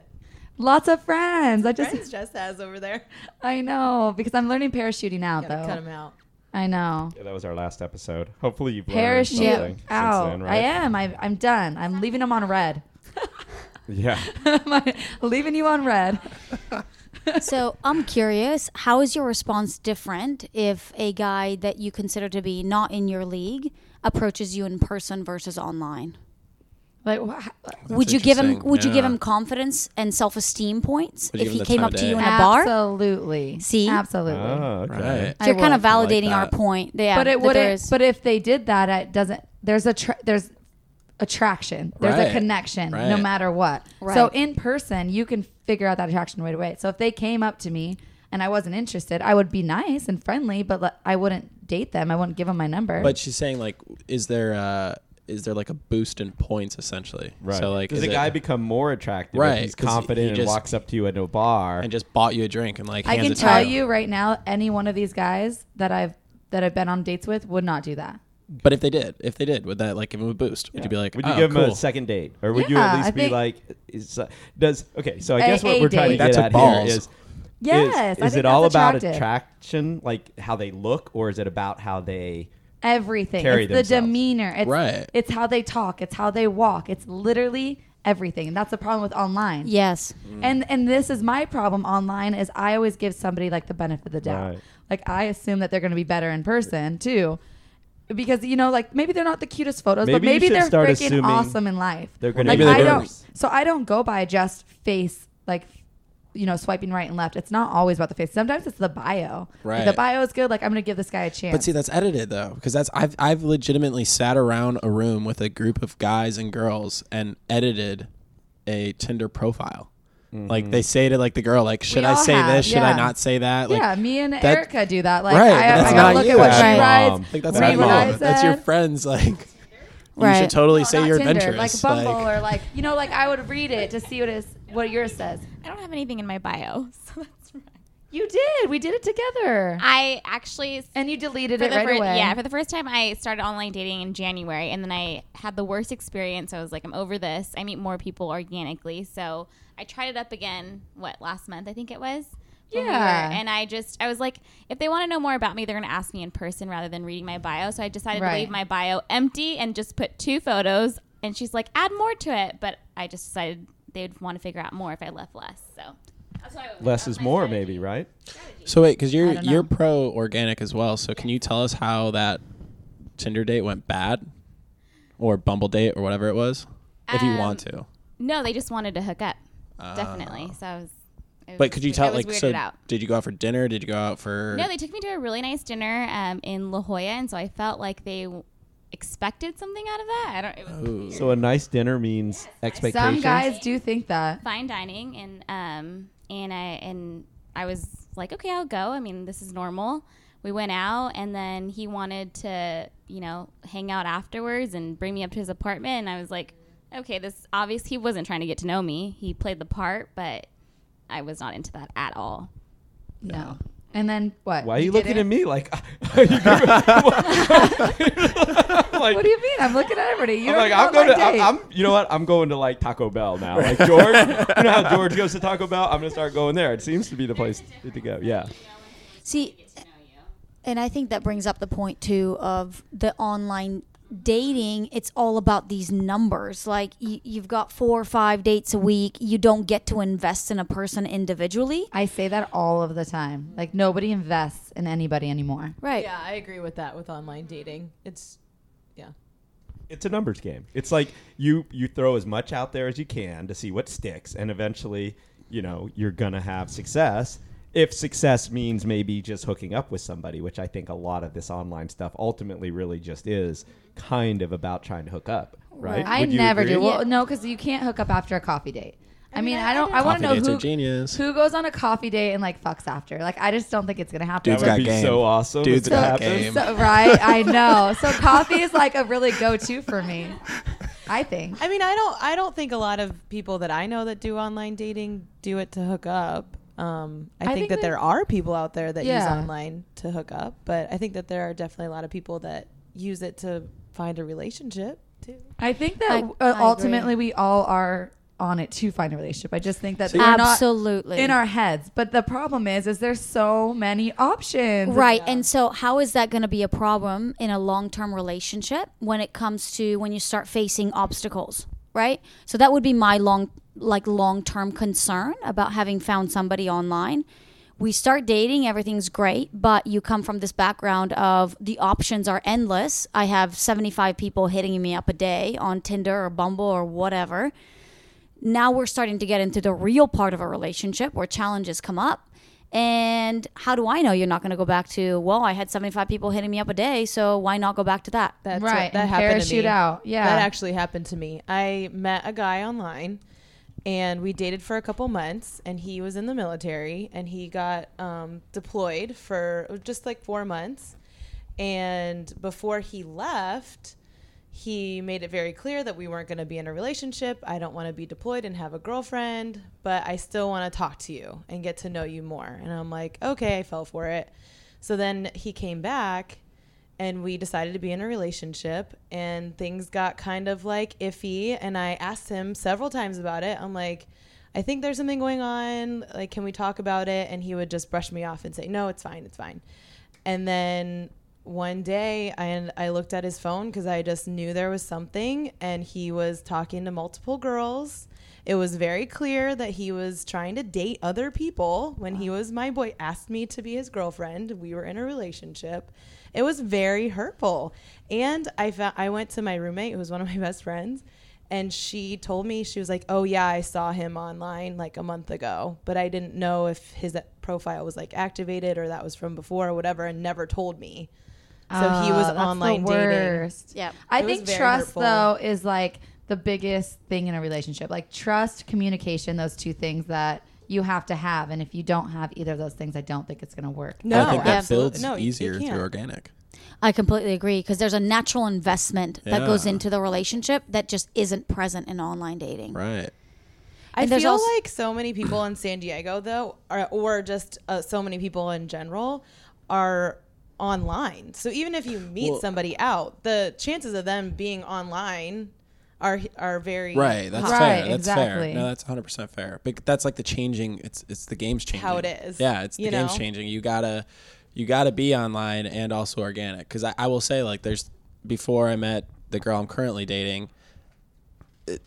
S1: Lots of friends. I
S6: friends
S1: just,
S6: Jess has over there.
S1: I know because I'm learning parachuting out
S6: Gotta cut
S1: though.
S6: him out.
S1: I know
S2: Yeah, that was our last episode. Hopefully you've learned something
S1: parachute
S2: since
S1: out.
S2: then,
S1: I
S2: right?
S1: am. I, I'm done. I'm leaving them on red.
S2: Yeah.
S1: I'm leaving you on red.
S3: so I'm curious, how is your response different if a guy that you consider to be not in your league approaches you in person versus online?
S1: Like, wha-
S3: would you give him
S4: interesting.
S3: Would you give
S4: Yeah.
S3: him confidence and self esteem points
S4: Would you
S3: if
S4: give
S3: he
S4: him the
S3: came
S4: time
S3: up
S4: of
S3: to you
S4: day?
S3: in a bar? So
S1: absolutely.
S3: See?
S1: absolutely.
S2: Ah, okay.
S4: Right.
S1: I
S3: you're kind of
S1: would.
S3: validating
S4: I
S3: our
S4: like that.
S3: point. Yeah,
S1: but it
S3: that there
S1: wouldn't.
S3: is-
S1: But if they did that, it doesn't. There's a tr there's attraction. There's
S4: Right.
S1: a connection, no
S4: Right.
S1: matter what. So
S3: Right.
S1: in person, you can figure out that attraction right away. So if they came up to me and I wasn't interested, I would be nice and friendly, but le- I wouldn't date them. I wouldn't give them my number.
S4: But she's saying like, is there uh, is there like a boost in points essentially?
S2: Right.
S4: So like,
S2: does
S4: is
S2: the
S4: it-
S2: guy become more attractive?
S4: Right,
S2: If he's
S4: 'cause he- he
S2: confident and
S4: just-
S2: walks up to you at a bar.
S4: and just bought you a drink and like
S1: I
S4: hands
S1: can
S4: it to
S1: tell you right now, any one of these guys that I've that I've been on dates with would not do that.
S4: But if they did, if they did, would that like give him a boost? Would you be like,
S2: would you
S4: oh,
S2: give him
S4: cool.
S2: a second date, or would you
S1: Yeah,
S2: at least
S1: I
S2: be
S1: think-
S2: like, is, uh, does okay? So I
S1: A-
S2: guess what
S1: a
S2: we're trying
S1: date.
S2: to get
S4: That's a
S2: at
S4: balls.
S2: here is.
S1: Yes,
S2: is,
S1: I
S2: is
S1: think
S2: it all
S1: that's
S2: about
S1: attractive.
S2: attraction, like how they look, or is it about how they?
S1: Everything.
S2: Carry
S1: it's the
S2: themselves.
S1: demeanor. It's,
S4: Right.
S1: It's how they talk. It's how they walk. It's literally everything. And that's the problem with online. Mm.
S3: yes,
S1: And and this is my problem online is I always give somebody like the benefit of the doubt.
S2: Right.
S1: Like I assume that they're going to be better in person too. Because you know, like maybe they're not the cutest photos, but
S2: Maybe you
S1: maybe
S2: should
S1: they're
S2: start
S1: freaking
S2: assuming
S1: awesome in life.
S2: they're gonna
S1: like
S2: be
S1: I
S2: the
S1: don't.
S2: worst.
S1: So I don't go by just face, like you know, swiping right and left. It's not always about the face. Sometimes it's the bio. Like, the
S4: Right.
S1: bio is good. Like I'm gonna give this guy a chance.
S4: But see, that's edited though, because that's I've I've legitimately sat around a room with a group of guys and girls and edited a Tinder profile. Like
S2: Mm-hmm.
S4: they say to like the girl, like, should
S1: We
S4: I
S1: all
S4: say
S1: have,
S4: this? Should
S1: yeah.
S4: I not say that? Like,
S1: yeah, me and
S4: that-
S1: Erica do that. Like
S4: Right, but
S1: I,
S4: that's
S1: I gotta
S4: not
S1: look
S4: you.
S1: at what she
S3: Right.
S1: writes.
S4: Like that's
S1: read
S4: not
S1: what I
S4: mom. That's your
S1: said.
S4: friends. Like you
S3: right.
S4: should totally
S1: No,
S4: say
S1: not
S4: you're
S1: Tinder,
S4: adventurous.
S1: like Bumble or like you know, like I would read it to see what is what yours says.
S7: I don't have anything in my bio, so that's right.
S1: You did. We did it together,
S7: I actually
S1: and you deleted
S7: for
S1: it
S7: the
S1: right
S7: fir-
S1: away.
S7: Yeah, for the first time I started online dating in January, and then I had the worst experience. I was like, I'm over this. I meet more people organically, so I tried it up again. What last month I think it was. when we were-
S1: Yeah.
S7: and I just I was like, if they want to know more about me, they're gonna ask me in person rather than reading my bio. So I decided to
S1: Right.
S7: leave my bio empty and just put two photos. And she's like, add more to it, but I just decided they'd want to figure out more if I left less. So that's why I went
S2: Less
S7: up
S2: is
S7: my
S2: more,
S7: strategy.
S2: maybe, right?
S4: so wait, because
S1: I
S4: you're
S1: don't
S4: you're
S1: know.
S4: pro organic as well. So can you tell us how that Tinder date went bad, or Bumble date, or whatever it was, if you
S7: Um,
S4: want to?
S7: No, they just wanted to hook up. Definitely. So I was. it was-
S4: Ah. But could you
S7: I
S4: tell?
S7: was
S4: Like,
S7: weirded
S4: so
S7: out.
S4: did you go out for dinner? Did you go out for?
S7: No, they took me to a really nice dinner um, in La Jolla, and so I felt like they w- expected something out of that. I don't. It
S4: Oh.
S7: was weird.
S2: So a nice dinner means expectations.
S1: Some guys do think that.
S7: fine dining, and um, and I and I was like, okay, I'll go. I mean, this is normal. We went out, and then he wanted to, you know, hang out afterwards and bring me up to his apartment, and I was like, okay, this obvious. He wasn't trying to get to know me. He played the part, but I was not into that at all.
S1: No. And then what?
S2: Why are you,
S1: did
S2: looking
S1: it?
S2: at me like? Are you like,
S1: What do you mean? I'm looking at everybody. You're
S2: I'm like, I'm going to, I'm, I'm- you know what? I'm going to like Taco Bell now. Like George, you know how George goes to Taco Bell? I'm going to start going there. It seems to be the place to go. Yeah.
S3: See, and I think that brings up the point too of the online dating. It's all about these numbers. Like you, you've got four or five dates a week. You don't get to invest in a person individually.
S1: I say that all of the time. Like nobody invests in anybody anymore.
S3: Right.
S6: Yeah, I agree with that with online dating. It's yeah.
S2: It's a numbers game. It's like you, you throw as much out there as you can to see what sticks. And eventually, you know, you're going to have success. If success means maybe just hooking up with somebody, which I think a lot of this online stuff ultimately really just is kind of about trying to hook up, right?
S1: I
S2: Would you
S1: never
S2: agree?
S1: do. Well, no, because you can't hook up after a coffee date. I mean, I don't. I want to know
S4: Coffee dates
S1: who
S4: are genius.
S1: who goes on a coffee date and like fucks after. Like, I just don't think it's gonna happen.
S2: That
S4: Dude's
S2: would
S4: got
S2: be
S4: game.
S2: so awesome.
S4: Dude's
S2: if it
S4: got
S2: happened.
S4: game.
S1: So, right, I know. So coffee is like a really go-to for me. I think.
S6: I mean, I don't I don't think a lot of people that I know that do online dating do it to hook up. Um, I,
S1: I
S6: think,
S1: think
S6: that
S1: that-
S6: there are people out there that use
S1: Yeah.
S6: online to hook up, but I think that there are definitely a lot of people that use it to find a relationship too.
S1: I think that
S3: I- I
S1: uh,
S3: agree.
S1: ultimately we all are on it to find a relationship. I just think that we're
S3: Absolutely.
S1: not in our heads. But the problem is, is there's so many options.
S3: Right. And so, how is that going to be a problem in a long term relationship when it comes to when you start facing obstacles? Right. So, that would be my long, like, long term concern about having found somebody online we start dating, everything's great, but you come from this background of the options are endless. I have 75 people hitting me up a day on Tinder or Bumble or whatever. Now we're starting to get into the real part of a relationship where challenges come up. And how do I know you're not going to go back to, well, I had 75 people hitting me up a day, so why not go back to that?
S6: That's
S1: Right,
S6: What, that
S1: and
S6: happened
S1: parachute
S6: to me.
S1: out, yeah.
S6: That actually happened to me. I met a guy online and we dated for a couple months and he was in the military and he got um, deployed for just like four months. And before he left, he made it very clear that we weren't going to be in a relationship. I don't want to be deployed and have a girlfriend, but I still want to talk to you and get to know you more. And I'm like, okay, I fell for it. So then he came back and we decided to be in a relationship and things got kind of like iffy and i asked him several times about it i'm like i think there's something going on like can we talk about it and he would just brush me off and say no it's fine it's fine and then one day I, I looked at his phone because i just knew there was something and he was talking to multiple girls it was very clear that he was trying to date other people when he was my boy asked me to be his girlfriend we were in a relationship it was very hurtful and i found i went to my roommate who was one of my best friends and she told me she was like oh yeah i saw him online like a month ago but i didn't know if his profile was like activated or that was from before or whatever and never told me so he was
S1: Oh, that's the
S6: online dating
S1: worst.
S3: Yep.
S1: I
S6: It was
S1: think
S6: very
S1: trust
S6: hurtful.
S1: though is like the biggest thing in a relationship. Like trust, communication, those two things that you have to have. And if you don't have either of those things, I don't think it's gonna work.
S6: no
S4: I think that builds
S6: no, you- you
S4: easier
S6: can't.
S4: through organic.
S3: I completely agree because there's a natural investment that
S4: Yeah.
S3: goes into the relationship that just isn't present in online dating.
S4: Right.
S6: I
S3: And there's
S6: feel
S3: also-
S6: like so many people in San Diego, though, or, or just uh, so many people in general, are online. So even if you meet somebody out, the chances of them being online are are very
S4: Right. That's
S1: Right,
S4: fair. That's
S1: exactly.
S4: fair. No, that's 100% fair. But that's like the changing it's it's the game's changing.
S6: How it is,
S4: Yeah, it's the
S6: you
S4: game's
S6: know?
S4: changing. You got to you got to be online and also organic cuz I, I will say like there's before I met the girl I'm currently dating it,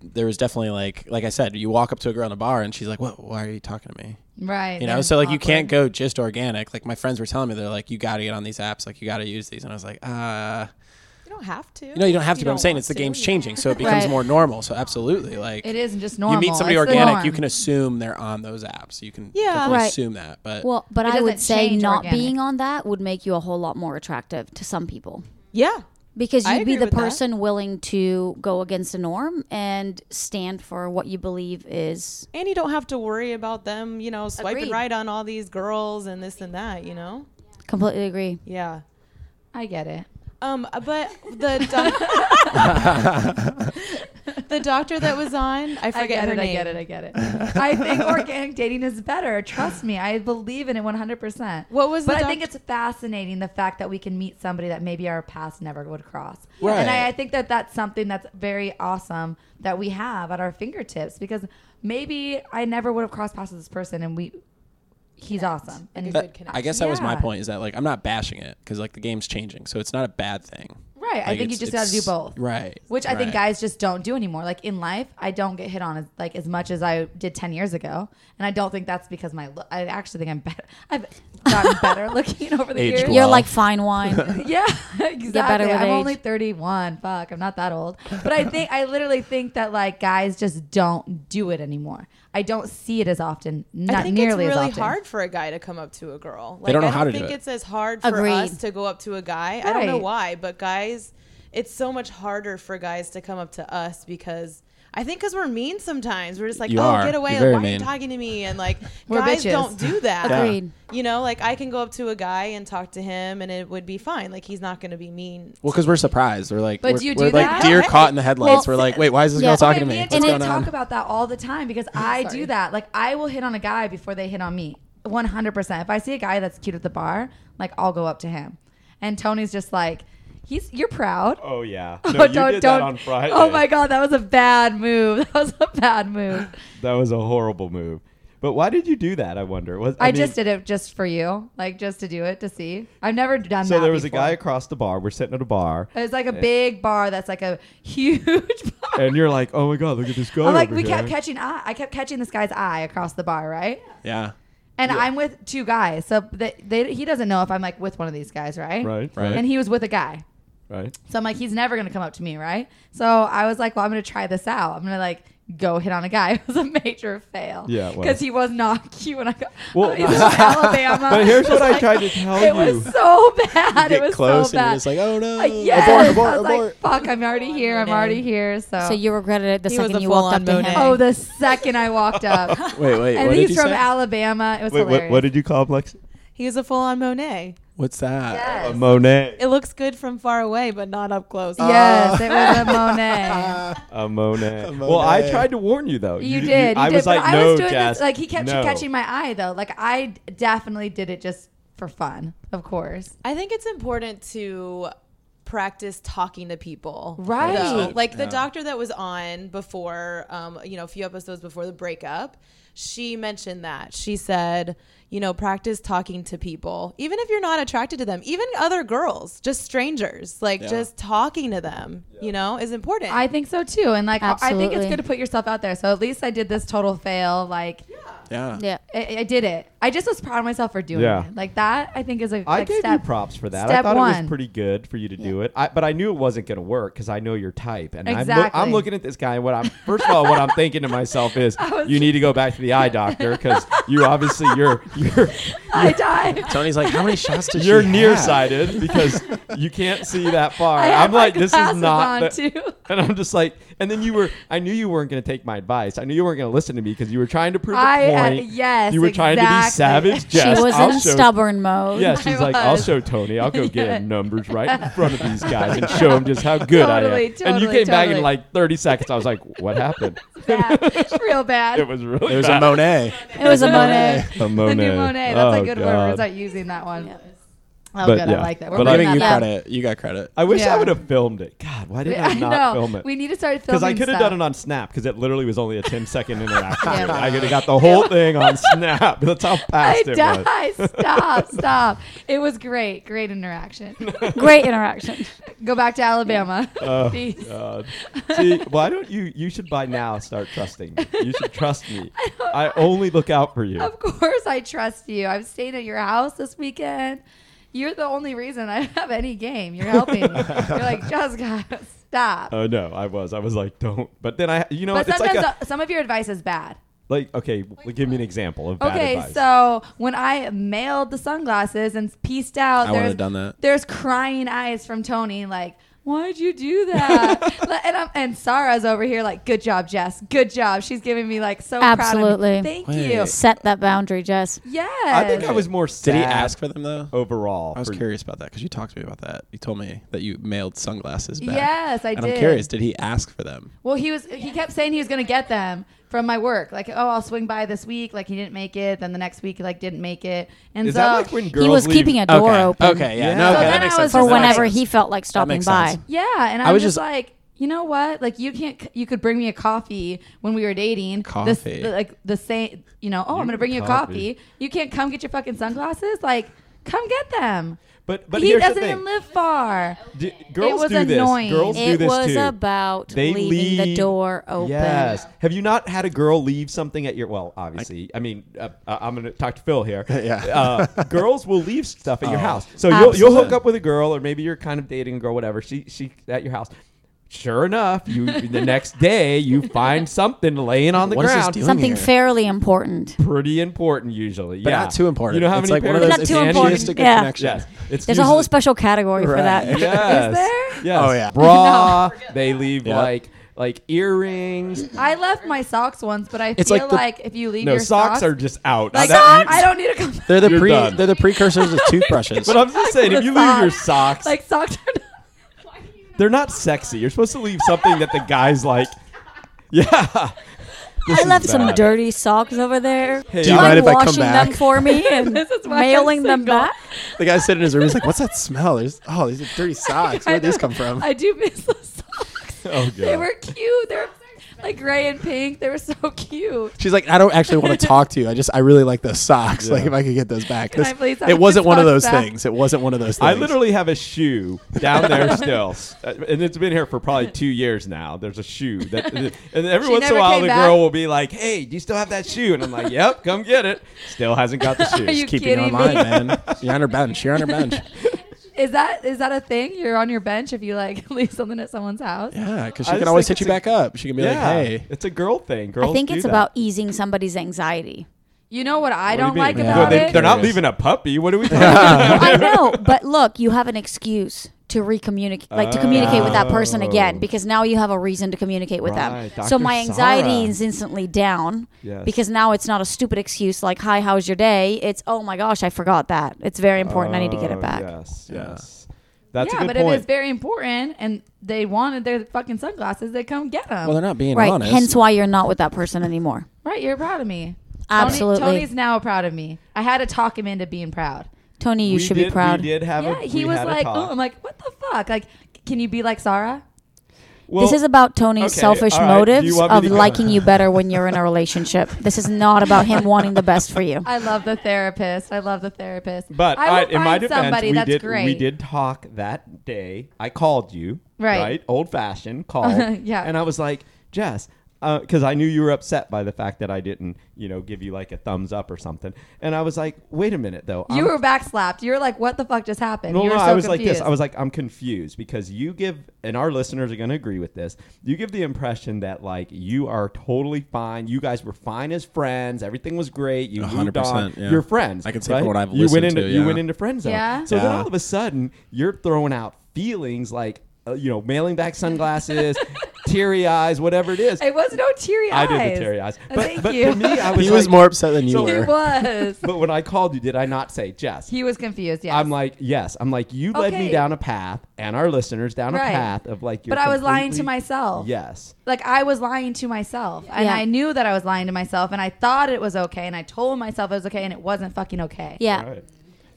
S4: there was definitely like like I said you walk up to a girl in a bar and she's like, "What? Why are you talking to me?"
S1: Right.
S4: you know so like you can't go just organic like my friends were telling me they're like you got to get on these apps like you got to use these and i was like ah
S6: You don't have to.
S4: you know you don't have to but i'm saying
S6: want
S4: it's the
S6: to.
S4: game's
S6: Yeah.
S4: changing so it becomes
S1: Right.
S4: more normal so absolutely like
S1: It isn't just
S4: you
S1: normal.
S4: meet somebody
S1: It's the
S4: organic
S1: norm.
S4: you can assume they're on those apps you can
S6: Yeah.
S4: definitely
S3: Right.
S4: assume that but
S3: Well, but
S1: It
S3: I would
S1: doesn't
S3: say
S1: change
S3: not
S1: organic.
S3: being on that would make you a whole lot more attractive to some people
S6: Yeah.
S3: because
S6: I
S3: you'd be
S6: agree
S3: the
S6: with that.
S3: person willing to go against the norm and stand for what you believe is
S6: And you don't have to worry about them, you know, swiping
S3: Agreed.
S6: right on all these girls and this and that, you know?
S3: completely agree.
S6: Yeah.
S1: I get it.
S6: Um, but the doc- the doctor that was on, I
S1: I
S6: forget
S1: get
S6: her
S1: it, I
S6: name.
S1: get it. I get it. I think organic dating is better. Trust me. I believe in it 100%.
S6: What was
S1: But
S6: the
S1: I think
S6: doc-
S1: it's fascinating the fact that we can meet somebody that maybe our past never would cross.
S4: Right.
S1: And I, I think that that's something that's very awesome that we have at our fingertips because maybe I never would have crossed paths with this person and we he's awesome. And
S6: Like a good
S4: that- i guess that was my
S1: Yeah.
S4: point is that like i'm not bashing it because like the game's changing so it's not a bad thing
S1: right, I
S4: Like,
S1: think you
S4: it's-
S1: just got to do
S4: it's-
S1: both.
S4: right
S1: Which I think
S4: right.
S1: guys just don't do anymore. Like in life, I don't get hit on as like as much as I did ten years ago, and I don't think that's because my look. I actually think I'm better. I've gotten better looking over the
S4: Aged
S1: years.
S4: well.
S3: You're like fine wine.
S1: Yeah, exactly.
S3: with
S1: I'm
S3: age.
S1: only 31. Fuck, I'm not that old. But I think I literally think that like guys just don't do it anymore. I don't see it as often. Not
S6: I think
S1: nearly
S6: it's
S1: as
S6: really
S1: often.
S6: hard for a guy to come up to a girl. Like,
S4: don't know
S6: I don't
S4: how to do
S6: think
S4: it.
S6: it's as hard for
S3: Agreed.
S6: us to go up to a guy. I don't know
S1: Right.
S6: why, but guys, it's so much harder for guys to come up to us because I think because we're mean sometimes. We're just like,
S4: You
S6: oh,
S4: are.
S6: get away!
S4: You're
S6: Like,
S4: very
S6: why are you
S4: mean.
S6: talking to me? And like,
S1: We're
S6: guys
S1: bitches.
S6: don't do that.
S4: Yeah.
S3: Agreed.
S6: You know, like I can go up to a guy and talk to him, and it would be fine. Like he's not going to be mean.
S4: well because we're surprised we're like
S1: But
S4: we're,
S1: do you
S4: we're
S1: do
S4: like
S1: that?
S4: deer caught in the headlights we're like wait why is this
S3: Yeah.
S4: girl talking
S1: Okay,
S4: to me
S1: me and
S4: what's
S1: Janae
S4: going
S1: talk
S4: on
S1: about that all the time because I do that. Like I will hit on a guy before they hit on me. 100%. If I see a guy that's cute at the bar, like I'll go up to him. And Tony's just like, he's you're proud.
S2: Oh yeah. No, you did that on Friday.
S1: Oh my god, that was a bad move. That was a bad move.
S2: That was a horrible move. But why did you do that? I wonder. Was
S1: I,
S2: mean,
S1: just did it just for you, like just to do it to see. I've never done that.
S2: So there was
S1: before.
S2: a guy across the bar. We're sitting at a bar,
S1: It's like a big bar that's like a huge bar.
S2: and you're like, "Oh my god, look at this guy."
S1: I'm like,
S2: over
S1: we kept
S2: here."
S1: catching eye. I kept catching this guy's eye across the bar, right?
S4: yeah
S1: And I'm with two guys, so they, they, he doesn't know if I'm like with one of these guys, right?
S2: Right, right.
S1: And he was with a guy,
S2: right?
S1: so I'm like, he's never gonna come up to me, right? So I was like, well, I'm gonna try this out. I'm gonna like go hit on a guy. It was a major fail.
S2: Yeah, it was.
S1: because he was not cute. When I got
S2: Well-
S1: he's from Alabama.
S2: But here's
S1: It was
S2: what I
S1: like-
S2: tried to tell
S1: It
S2: you.
S1: was so bad. It
S4: Get
S1: was
S4: close
S1: so
S4: and
S1: bad.
S4: you're just like, oh no.
S1: Uh,
S2: "Mm,
S1: yes.
S5: abort,
S1: I was
S5: abort.
S1: like, fuck, I'm already here. I'm already here. So,
S3: So you regretted it the
S6: He was
S3: second
S6: a
S3: you walked up to
S6: full-on
S3: him.
S6: Monet.
S1: oh, the second I walked up,
S4: Wait, wait.
S1: and
S4: what did
S1: he's
S4: you
S1: from
S4: say?
S1: Alabama. It was
S2: Wait, what,
S1: hilarious.
S2: what did you call him, Lexi?
S6: He was a full on Monet.
S4: What's that?
S1: Yes.
S2: A Monet.
S6: It looks good from far away, but not up close.
S1: Yes, it was a Monet.
S2: A Monet. Well, I
S4: Monet.
S2: tried to warn you though.
S1: You, did. You
S2: I
S1: did,
S2: was
S1: but
S2: like,
S1: I
S2: no,
S1: was doing
S2: Jess.
S1: this. Like he kept
S2: no.
S1: catching my eye though. Like I d- definitely did it just for fun, of course.
S6: I think it's important to practice talking to people.
S1: Right.
S6: though. Like the doctor that was on before, um, you know, a few episodes before the breakup, she mentioned that. She said, you know, practice talking to people, even if you're not attracted to them, even other girls, just strangers, like just talking to them, you know, is important.
S1: I think so too. And like I think it's
S3: Absolutely.
S1: good to put yourself out there. So at least I did this total fail. Like
S4: Yeah.
S3: Yeah.
S1: I, I did it. I just was proud of myself for doing
S2: Yeah.
S1: it. Like that I think is a
S2: I
S1: like
S2: gave
S1: step
S2: you props for that. I
S1: step
S2: thought it
S1: one.
S2: was pretty good for you to do it. I, but I knew it wasn't going to work because I know your type. And I'm, loo-
S1: Exactly.
S2: I'm looking at this guy. And what I'm first of all, what I'm thinking to myself is,
S1: was
S2: you need to go back to the eye doctor because you obviously you're you're
S1: I died.
S4: Tony's like, how many shots did
S2: you're
S4: she have?
S2: nearsighted because you can't see that far.
S1: I had
S2: I'm
S1: my
S2: like, this is
S1: glasses on,
S2: not. the-
S1: too.
S2: And I'm just like, and then you were. I knew you weren't going to take my advice. I knew you weren't going to listen to me because you were trying to prove a
S1: I- uh,
S2: point.
S1: yes,
S2: you were trying
S1: exactly.
S2: to be savage. Jess,
S3: she was
S2: I'll
S3: in
S2: show-
S3: stubborn
S1: Oh
S3: mode.
S2: Yeah, she's
S1: I
S2: like, I'll
S1: was.
S2: show Tony. I'll go get him numbers right in front of these guys and show him just how good I
S1: Totally,
S2: am. and you
S1: totally,
S2: came back in
S1: totally.
S2: like 30 seconds. I was like, what happened?
S1: Bad. Real bad.
S2: It was really
S4: It was a
S2: bad.
S4: Monet.
S3: It was a Monet.
S2: a
S1: the
S2: Monet.
S1: new Monet. That's
S2: Oh,
S1: a good word. We're
S2: God.
S1: gonna start using that one. Oh,
S2: But
S1: good.
S2: yeah.
S1: I like that. We're
S2: But
S1: putting
S4: Giving you
S1: that down.
S4: credit. You got credit.
S2: I wish
S1: Yeah.
S2: I would have filmed it. God, why did I
S1: I
S2: not
S1: know.
S2: film it?
S1: We need to start filming.
S2: Because I could have
S1: stuff.
S2: done it on Snap because it literally was only a 10 second interaction.
S1: Yeah.
S2: I could have got the whole thing on Snap. That's how
S1: I
S2: fast it was.
S1: die. Stop. Stop. It was great. Great interaction.
S3: Great interaction.
S1: Go back to Alabama.
S2: Oh,
S1: Peace.
S2: God. See, why don't you? You should by now start trusting me. You should trust me. I only look out for you.
S1: Of course, I trust you. I'm staying at your house this weekend. You're the only reason I have any game. You're helping. me. You're like Jessica. Stop.
S2: Oh no, I was. I was like, don't. But then I, you know,
S1: but
S2: it's like
S1: sometimes
S2: a,
S1: uh, some of your advice is bad.
S2: like okay. w- give me an example of bad
S1: Okay,
S2: advice.
S1: so when I mailed the sunglasses and pieced out,
S4: I wouldn't
S1: there's,
S4: have done that.
S1: there's crying eyes from Tony, like, why'd you do that? Like, and, I'm, and Sarah's over here, like, good job, Jess. Good job. She's giving me, like, so
S3: Absolutely.
S1: proud of me. Thank
S4: Wait.
S1: you.
S3: Set that boundary, Jess.
S1: Yes.
S2: I think I was more.
S4: Did
S2: Sad
S4: he ask for them though?
S2: overall?
S4: I was
S2: for-
S4: curious about that because you talked to me about that. You told me that you mailed sunglasses back.
S1: Yes, I
S4: and
S1: did.
S4: I'm curious, did he ask for them?
S1: Well, he was. He kept saying he was going to get them from my work. Like, oh, I'll swing by this week. Like, he didn't make it. Then the next week, he, like, didn't make it. And
S2: Is
S1: so
S2: that like when girls
S3: he was
S2: leave-
S3: keeping a door
S4: okay.
S3: open
S4: Okay, yeah.
S2: Yeah.
S4: No,
S2: So
S4: okay,
S1: then
S4: that makes
S1: I was just
S4: sense.
S3: for
S4: That makes
S3: whenever
S4: sense.
S3: he felt like stopping
S4: makes
S3: by.
S4: sense.
S1: Yeah, and
S4: I
S1: I, was
S4: was
S1: just,
S4: just-
S1: like, you know what? Like you can't. You could bring me a coffee when we were dating. This,
S4: Coffee.
S1: the- like the same. You know. Oh, I'm gonna bring you a
S2: coffee.
S1: coffee. You can't come get your fucking sunglasses. Like, come get them.
S2: But but
S1: he
S2: here's
S1: doesn't
S2: the thing.
S1: even live far.
S2: D- girls
S1: was
S2: do this.
S1: annoying.
S2: Girls do
S3: It
S2: this
S3: was
S2: too.
S3: about
S2: they
S3: leaving
S2: leave
S3: the door open.
S2: Yes. Have you not had a girl leave something at your? Well, obviously. I, mean, uh, uh, I'm going to talk to Phil here. yeah. Uh, girls will leave stuff at
S4: Oh.
S2: your house. So you'll, you'll hook up with a girl, or maybe you're kind of dating a girl, whatever. She she at your house. Sure enough, you the next day you find something laying on the
S4: What is this
S2: ground.
S4: doing?
S3: Something
S4: Here.
S3: fairly important.
S2: Pretty important usually.
S4: But
S2: yeah.
S4: not too important.
S2: You know how
S4: it's
S2: many
S4: like one of
S2: pairs
S4: those
S3: Not
S2: of
S3: too
S2: panties-
S3: important.
S4: instantaneous
S3: Yeah.
S4: connections.
S2: Yes. It's
S3: There's a whole
S2: usually-
S3: special category for that.
S2: Yes.
S1: there?
S2: Yes.
S4: Oh, yeah.
S2: Bra. They leave
S4: Yep.
S2: like like earrings.
S1: I left my socks once, but I
S4: It's
S1: feel
S4: like
S1: like,
S4: the-
S1: if you leave
S2: No,
S1: your
S2: socks, are just out.
S1: like
S2: That-
S1: I don't need to come.
S4: They're the
S2: You're
S4: pre
S2: done.
S4: they're the precursors of toothbrushes.
S2: But I'm just saying, if you leave your
S1: Socks.
S2: socks,
S1: Like socks are. Not,
S2: they're not sexy. You're supposed to leave something that the guys like. Yeah.
S3: I left some
S2: bad.
S3: dirty socks over there.
S2: Hey,
S3: Do
S4: you
S3: you mind
S4: mind if I come
S3: washing them
S4: back?
S3: for me and
S1: This is why I'm
S3: mailing them
S1: single.
S3: back?
S4: the guy sitting in his room, he's like, "What's that smell? There's oh, these are dirty socks. Where'd
S1: I
S4: these
S1: know.
S4: come from?"
S1: I do miss those socks.
S2: Oh,
S1: They
S2: God.
S1: were cute. They're like gray and pink. They were so cute.
S5: She's like, I don't actually want to talk to you. I just, I really like those socks. Like, if I could get those back.
S1: Can I
S5: This-
S1: please have
S5: it wasn't
S1: these
S5: one of
S1: socks
S5: those
S1: back?
S5: things. It wasn't one of those things.
S2: I literally have a shoe down there still, Uh, and it's been here for probably two years now. There's a shoe that, and every
S1: She
S2: once in
S1: never
S2: a while
S1: came
S2: the
S1: back?
S2: girl will be like, "Hey, do you still have that shoe?" And I'm like, "Yep, come get it." Still hasn't got the
S1: Are
S2: shoe.
S1: you
S5: keeping her
S1: kidding
S5: in line,
S1: me?
S5: man. You're on her bench. You're on her bench.
S1: Is that is that a thing? You're on your bench if you like leave something at someone's house.
S5: Yeah, because
S2: I
S5: she
S2: just
S5: can always
S2: think
S5: hit you
S2: it's
S5: back up. She can be
S2: yeah,
S5: like, hey.
S2: it's a girl thing. Girls
S3: I think
S2: do
S3: it's
S2: that.
S3: about easing somebody's anxiety.
S1: You know what I
S2: What do you
S1: don't
S2: mean?
S1: like
S5: Yeah.
S2: Well,
S1: about
S2: they,
S1: it?
S2: They're not
S4: Curious.
S2: leaving a puppy. What are we talking about?
S3: I know, but look, you have an excuse to recommunicate, like to communicate with that person again,
S2: Oh.
S3: because now you have a reason to communicate with
S2: Right,
S3: them.
S2: Dr.
S3: So my anxiety
S2: Sarah.
S3: is instantly down
S2: Yes.
S3: because now it's not a stupid excuse like "Hi, how's your day?" It's "Oh my gosh, I forgot that. It's very important. I need to get
S2: Oh,
S3: it back."
S2: Yes,
S4: Yeah.
S2: yes. That's
S1: yeah,
S2: a good
S1: but
S2: point.
S1: it is very important, and they wanted their fucking sunglasses. They come get them.
S4: Well, they're not being
S3: Right.
S4: honest.
S3: Hence why you're not with that person anymore.
S1: right, you're proud of me. Tony-
S3: Absolutely, Tony,
S1: Tony's now proud of me. I had to talk him into being proud.
S3: you
S2: We
S3: should
S2: did,
S3: be proud.
S2: We did have
S1: yeah,
S2: a.
S1: he
S2: we
S1: was
S2: had a
S1: like,
S2: talk.
S1: "Oh, I'm like, what the fuck? Like, can you be like Sarah?"
S2: Well,
S3: this is about Tony's
S2: okay,
S3: selfish
S2: all right. Do you
S3: motives
S2: want me
S3: of
S2: to go?
S3: liking you better when you're in a relationship. This is not about him wanting the best for you.
S1: I love the therapist. I love the therapist.
S2: But
S1: I
S2: all
S1: will
S2: right, in my
S1: find
S2: defense,
S1: somebody
S2: we
S1: that's
S2: did
S1: great.
S2: we did talk that day. I called you,
S1: Right.
S2: Old fashioned call,
S1: Yeah.
S2: And I was like, Jess, because I knew you were upset by the fact that I didn't, you know, give you like a thumbs up or something. And I was like, wait a minute though,
S1: You
S2: I'm-
S1: were backslapped. You were like, "What the fuck just happened?"
S2: no,
S1: you
S2: no,
S1: were so
S2: I was like
S1: confused.
S2: this. I was like, I'm confused because you give, and our listeners are going to agree with this. You give the impression that like you are totally fine. You guys were fine as friends. Everything was great. You moved on.
S4: 100%, yeah.
S2: You're friends.
S4: I can say
S2: right?
S4: from what I've
S2: you went
S4: listened
S2: into
S4: to,
S2: you
S4: yeah.
S2: went into friend zone.
S1: Yeah.
S2: So then
S4: Yeah.
S2: all of a sudden you're throwing out feelings like uh, you know mailing back sunglasses, teary eyes, whatever it is.
S1: It was no teary
S2: I
S1: eyes.
S2: did the teary eyes,
S1: Uh,
S2: but,
S1: Thank
S2: but
S1: you.
S2: to me, I was
S5: He was
S2: like-
S5: more upset than you
S2: So-
S5: were.
S1: he was.
S2: But when I called you, did I not say Jess?
S1: He was confused. Yes.
S2: I'm like, yes. I'm like, you led me
S1: Okay.
S2: down a path, and our listeners down
S1: Right.
S2: a path of like. You're
S1: But I was lying to
S2: completely-
S1: myself.
S2: Yes.
S1: like I was lying to myself, and
S3: Yeah.
S1: I knew that I was lying to myself, and I thought it was okay, and I told myself it was okay, and it wasn't fucking okay.
S3: Yeah.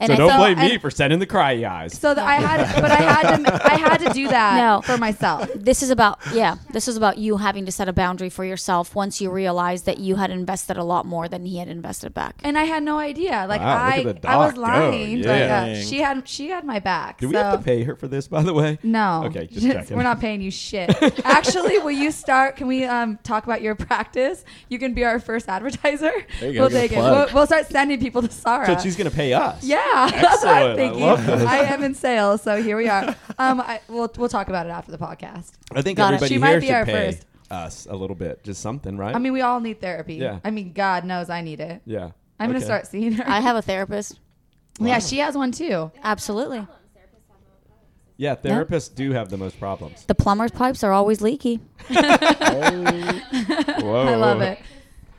S3: And
S2: So
S3: I
S2: don't
S1: so-
S2: blame me
S1: and-
S2: for sending the cry eyes.
S1: So that I had, but I had to, I had to do that
S3: No.
S1: for myself.
S3: this is about yeah this is about you having to set a boundary for yourself once you realize that you had invested a lot more than he had invested back
S1: And I had no idea. Like
S2: Wow,
S1: I,
S2: look at the
S1: I was
S2: doc go.
S1: lying. Like,
S2: Yeah.
S1: uh, she had, she had my back.
S2: Do we
S1: so.
S2: have to pay her for this, by the way?
S1: No.
S2: Okay, just checking.
S1: We're not paying you shit. Actually, will you start? Can we um, talk about your practice? You can be our first advertiser.
S4: There you go,
S1: We'll
S4: good
S1: take it.
S4: plug.
S1: We'll, we'll start sending people to Sarah.
S2: So she's gonna pay us.
S1: Yeah,
S2: Excellent. I
S1: I'm thinking.
S2: love this.
S1: I am in sales, so here we are. Um, I, we'll we'll talk about it after the podcast.
S2: I think
S3: Got it.
S2: everybody
S1: She might
S2: here
S1: be
S2: should
S1: our
S2: pay
S1: first.
S2: us a little bit, just something, right?
S1: I mean, we all need therapy.
S2: Yeah.
S1: I mean, God knows I need it.
S2: yeah.
S1: I'm gonna
S2: Okay.
S1: start seeing her.
S3: i have a therapist
S1: yeah, she has one too.
S3: absolutely
S2: Yeah, therapists do have the most problems.
S3: the plumber's pipes are always leaky
S2: Whoa.
S1: I love it.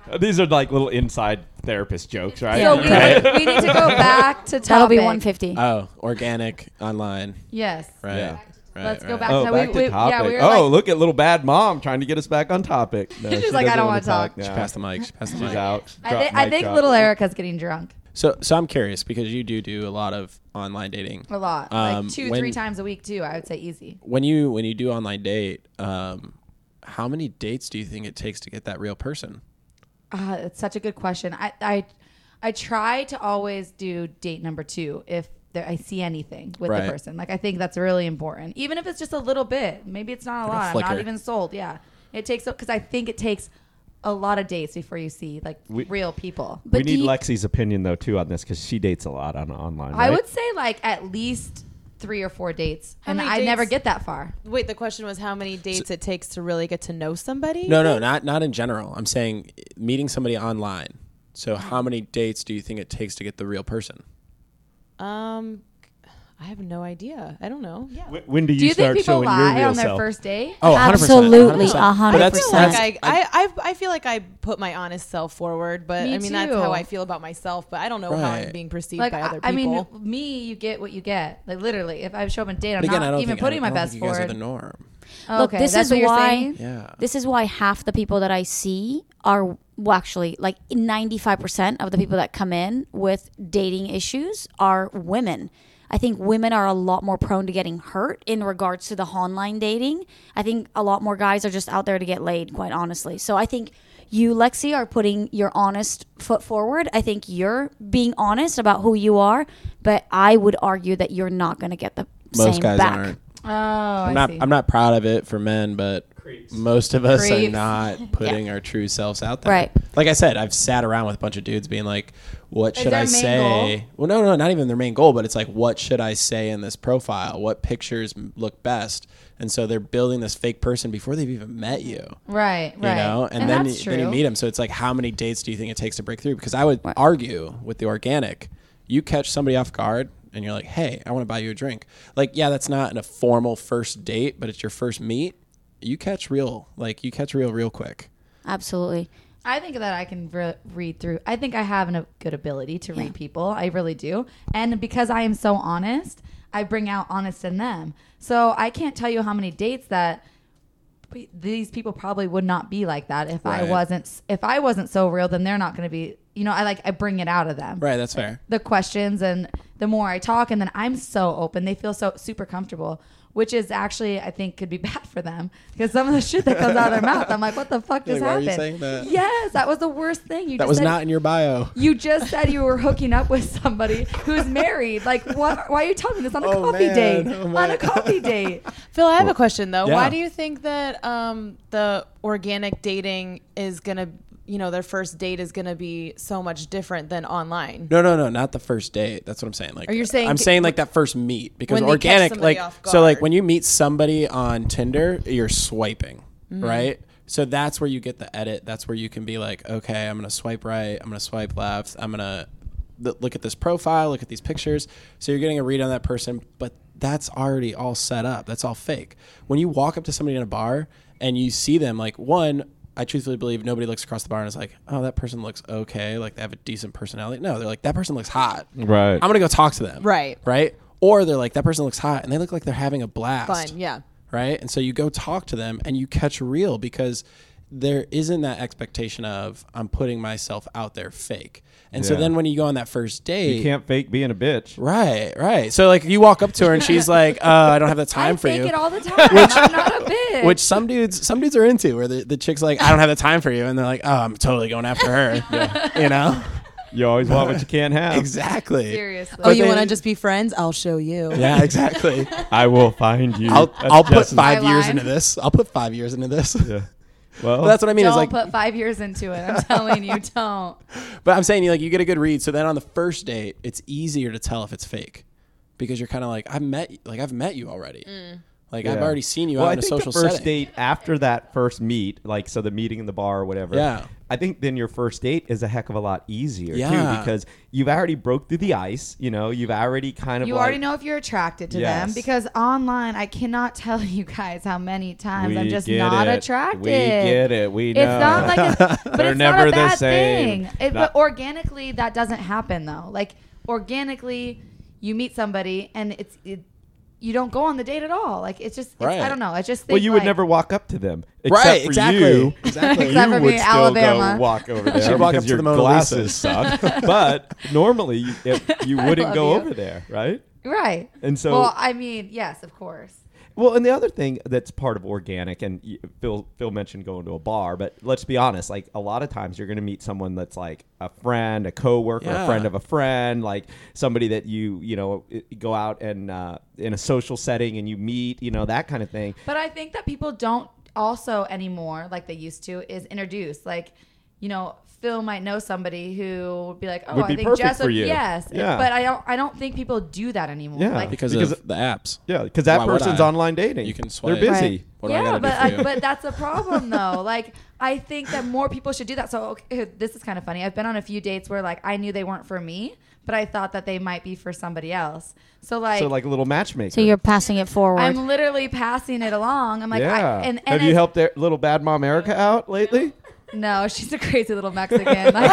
S2: Uh, These are like little inside therapist jokes, right?
S1: So
S2: Okay.
S1: we, we need to go back to topic.
S3: that'll be 150
S4: Oh, organic online.
S1: Yes.
S4: Right.
S2: Yeah.
S4: right
S1: Let's go
S4: right.
S1: back
S2: Oh,
S1: So we-
S2: back
S1: we-
S2: to
S1: yeah,
S2: topic.
S1: we were
S2: oh,
S1: like-
S2: look at little bad mom trying to get us back on topic. No,
S1: She's
S2: she
S1: like, I
S2: doesn't
S1: don't
S2: wanna
S1: wanna talk.
S2: now.
S4: She passed the mic. She passed the
S2: She's
S4: mic.
S2: out.
S1: I,
S2: Drop
S1: thi- I
S2: mic
S1: think
S2: drop.
S1: little Erica's getting drunk
S4: So, so I'm curious because you do do a lot of online dating.
S1: a lot,
S4: Um,
S1: like two,
S4: when-
S1: three times a week too. I would say easy.
S4: When you when you do online date, um, how many dates do you think it takes to get that real person?
S1: Uh, it's such a good question. I, I I try to always do date number two if there, I see anything with
S4: Right.
S1: the person. Like I think that's really important, even if it's just a little bit. Maybe it's not a
S4: a
S1: lot. I'm not
S4: flicker.
S1: even sold. Yeah, it takes because I think it takes a lot of dates before you see like
S2: We-
S1: real people.
S3: but
S2: we
S3: do
S2: need
S3: you-
S2: Lexi's opinion though too on this because she dates a lot on online.
S1: I
S2: right?
S1: would say like at least three or four dates,
S6: How
S1: and
S6: many
S1: I
S6: dates?
S1: never get that far.
S6: Wait, the question was how many dates it takes to really get to know somebody?
S4: No, no, not not in general. I'm saying meeting somebody online. So, how many dates do you think it takes to get the real person?
S6: Um, I have no idea. I don't know. Yeah.
S2: Wh- When do you,
S1: Do you
S2: start
S1: think people
S2: showing your
S1: lie
S2: real
S1: on their
S2: self?
S1: first date?
S4: Oh,
S3: absolutely 100%,
S4: But
S6: I
S4: that's-
S6: feel
S4: that's-
S6: like I, I, I've, I feel like I put my honest self forward, but
S1: Me
S6: I mean that's
S1: too.
S6: how I feel about myself. But I don't know how I'm
S4: Right.
S6: being perceived
S1: Like
S6: by
S1: I,
S6: other people.
S1: I mean, me, you get what you get. Like literally, if I show up on a date, I'm
S4: But again, I
S1: not
S4: don't
S1: even
S4: think,
S1: putting
S4: I
S1: my
S4: don't,
S1: best
S4: I don't think you guys
S1: forward.
S4: are the norm.
S3: Look,
S1: Okay,
S3: this
S1: that's
S3: is
S1: what you're
S3: why-
S1: saying?
S4: Yeah.
S3: this is why half the people that i see are well actually like 95% of the people that come in with dating issues are women I think women are a lot more prone to getting hurt in regards to the online dating. I think a lot more guys are just out there to get laid, quite honestly. So I think you, Lexi, are putting your honest foot forward. I think you're being honest about who you are, but I would argue that you're not going to get the
S4: Most
S3: same
S4: guys
S3: back.
S4: aren't.
S1: Oh, i
S4: I'm not.
S1: see.
S4: I'm not proud of it for men, but most of us
S1: Creeps.
S4: are not putting our true selves out there.
S3: Right.
S4: Like I said, I've sat around with a bunch of dudes being like, "What
S1: Is
S4: should
S1: their
S4: I
S1: main
S4: say?" Well, no, no, not even their main goal, but it's like, "What should I say in this profile? What pictures m- look best?" And so they're building this fake person before they've even met you.
S1: right, right.
S4: You know, and, then,
S1: that's
S4: you- then you
S1: true.
S4: meet them. So it's like, how many dates do you think it takes to break through? Because I would argue with the organic, you catch somebody off guard and you're like, hey, I want to buy you a drink. Like, yeah, that's not in a formal first date, but it's your first meet. You catch real, like, you catch real, real quick.
S3: Absolutely.
S1: I think that I can re- read through. I think I have an, a good ability to read people. I really do. And because I am so honest, I bring out honest in them. So I can't tell you how many dates that p- these people probably would not be like that if I
S4: Right.
S1: wasn't s- if I wasn't so real, then they're not going to be, you know, I like I bring it out of them.
S4: Right. That's fair.
S1: the questions and the more I talk and then I'm so open. They feel so super comfortable, which is actually I think could be bad for them because some of the shit that comes out of their mouth, I'm like, what the fuck
S4: You're
S1: just
S4: like, why were
S1: happened?
S4: you saying that?
S1: Yes, that was the worst thing. You
S4: That
S1: just
S4: was
S1: said,
S4: not in your bio.
S1: You just said you were hooking up with somebody who's married. Like, what? Why are you telling me this on a
S4: Oh,
S1: coffee
S4: man.
S1: date?
S4: Oh,
S1: on a
S4: man.
S1: coffee date.
S6: Phil, I have a question though.
S4: Yeah.
S6: Why do you think that um, the organic dating is gonna, you know, their first date is gonna be so much different than online?
S4: No, no, no, not the first date. That's what I'm saying. Like,
S6: Or you're saying-
S4: I'm saying like that first meet because
S6: When they catch
S4: organic,
S6: somebody
S4: like,
S6: off
S4: so like
S6: guard.
S4: when you meet somebody on Tinder, you're swiping, right? So that's where you get the edit. That's where you can be like, okay, I'm gonna swipe right, I'm gonna swipe left, I'm gonna th- look at this profile, look at these pictures. So you're getting a read on that person, but that's already all set up. That's all fake. When you walk up to somebody in a bar and you see them, like one, I truthfully believe nobody looks across the bar and is like, oh, that person looks okay. Like they have a decent personality. No, they're like, that person looks hot.
S2: Right.
S4: I'm gonna go talk to them.
S6: Right.
S4: Right. Or they're like, that person looks hot, and they look like they're having a blast.
S6: Fun, yeah.
S4: Right. And so you go talk to them, and you catch real because there isn't that expectation of I'm putting myself out there fake. And so
S2: Yeah.
S4: then when you go on that first date,
S2: you can't fake being a bitch.
S4: right, right. So like you walk up to her, and she's like, uh, I don't have the time
S1: I
S4: for
S1: fake
S4: you.
S1: it all the time. I'm not a bitch.
S4: which some dudes, some dudes are into, where the, the chick's like, "I don't have the time for you," and they're like, "Oh, I'm totally going after her," you know?
S2: You always want what you can't have.
S4: Exactly.
S1: Seriously.
S6: Oh, you
S4: they-
S6: want to just be friends? I'll show you.
S4: Yeah, exactly.
S2: I will find you.
S4: I'll,
S2: That's
S4: I'll put
S2: Jess's-
S4: five years
S1: line.
S4: into this. I'll put five years into this.
S2: Yeah. Well,
S4: But that's what I mean.
S1: don't
S4: is like,
S1: put five years into it. I'm telling you, don't.
S4: but I'm saying you like you get a good read. So then on the first date, it's easier to tell if it's fake because you're kind of like I've met like I've met you already.
S1: Mm.
S4: Like I've
S2: Yeah.
S4: already seen you
S2: well,
S4: out
S2: I
S4: in a
S2: think
S4: social
S2: the first
S4: setting.
S2: date after that first meet, like so the meeting in the bar or whatever.
S4: Yeah.
S2: I think then your first date is a heck of a lot easier too
S4: Yeah.
S2: because you've already broke through the ice. You know, you've already kind of
S1: You
S2: like,
S1: already know if you're attracted to them
S2: Yes.
S1: because online, I cannot tell you guys how many times
S2: We
S1: I'm just
S2: get
S1: not
S2: it.
S1: attracted.
S2: We get it. We know.
S1: It's not like, a, but
S2: They're
S1: it's not
S2: never
S1: a
S2: the
S1: bad
S2: same.
S1: thing. It,
S2: Not-
S1: but organically, that doesn't happen though. Like organically, you meet somebody and it's it, you don't go on the date at all. Like it's just it's, I
S4: Right.
S1: don't know. I just think
S2: well, you
S1: like-
S2: would never walk up to them, except
S4: right?
S2: For
S4: Exactly.
S2: You,
S4: Exactly.
S1: Except
S2: you
S1: for
S2: would
S1: me,
S2: still
S1: Alabama.
S2: go walk over there
S4: She'd walk
S2: because
S4: up to
S2: your
S4: the Mona Lisa.
S2: glasses suck. but normally, you, if, you wouldn't
S1: love
S2: go
S1: you.
S2: over there, right?
S1: right.
S2: And so-
S1: well, I mean, yes, of course.
S2: Well, and the other thing that's part of organic, and y- Phil Phil mentioned going to a bar, but let's be honest, like a lot of times you're going to meet someone that's like a friend, a coworker, a
S4: Yeah.
S2: friend of a friend, like somebody that you you know i- go out and uh, in a social setting and you meet, you know that kind of thing.
S1: But I think that people don't also anymore, like they used to, is introduce. Like, you know, Phil might know somebody who would be like, "Oh,
S2: Would
S1: I
S2: be
S1: think
S2: perfect
S1: Jess
S2: for
S1: would."
S2: you.
S1: Yes,
S2: Yeah.
S1: but I don't. I don't think people do that anymore.
S2: Yeah.
S1: like,
S4: because,
S2: Because-
S4: of the apps.
S2: Yeah, because that
S4: Why would
S2: person's
S4: I?
S2: online dating.
S4: You can
S2: They're
S4: swipe.
S2: busy.
S6: Right.
S4: What do I
S1: yeah,
S4: gotta
S1: but
S4: do for
S1: I,
S4: you?
S1: but that's a problem though. like I think that more people should do that. So okay, this is kind of funny. I've been on a few dates where like I knew they weren't for me, but I thought that they might be for somebody else. So like,
S2: So like a little matchmaker.
S3: So you're passing it forward.
S1: I'm literally passing it along. I'm like,
S2: yeah.
S1: I, and, and
S2: Have you
S1: it's-
S2: helped their little bad mom Erica out lately?
S1: No, she's a crazy little Mexican. Like,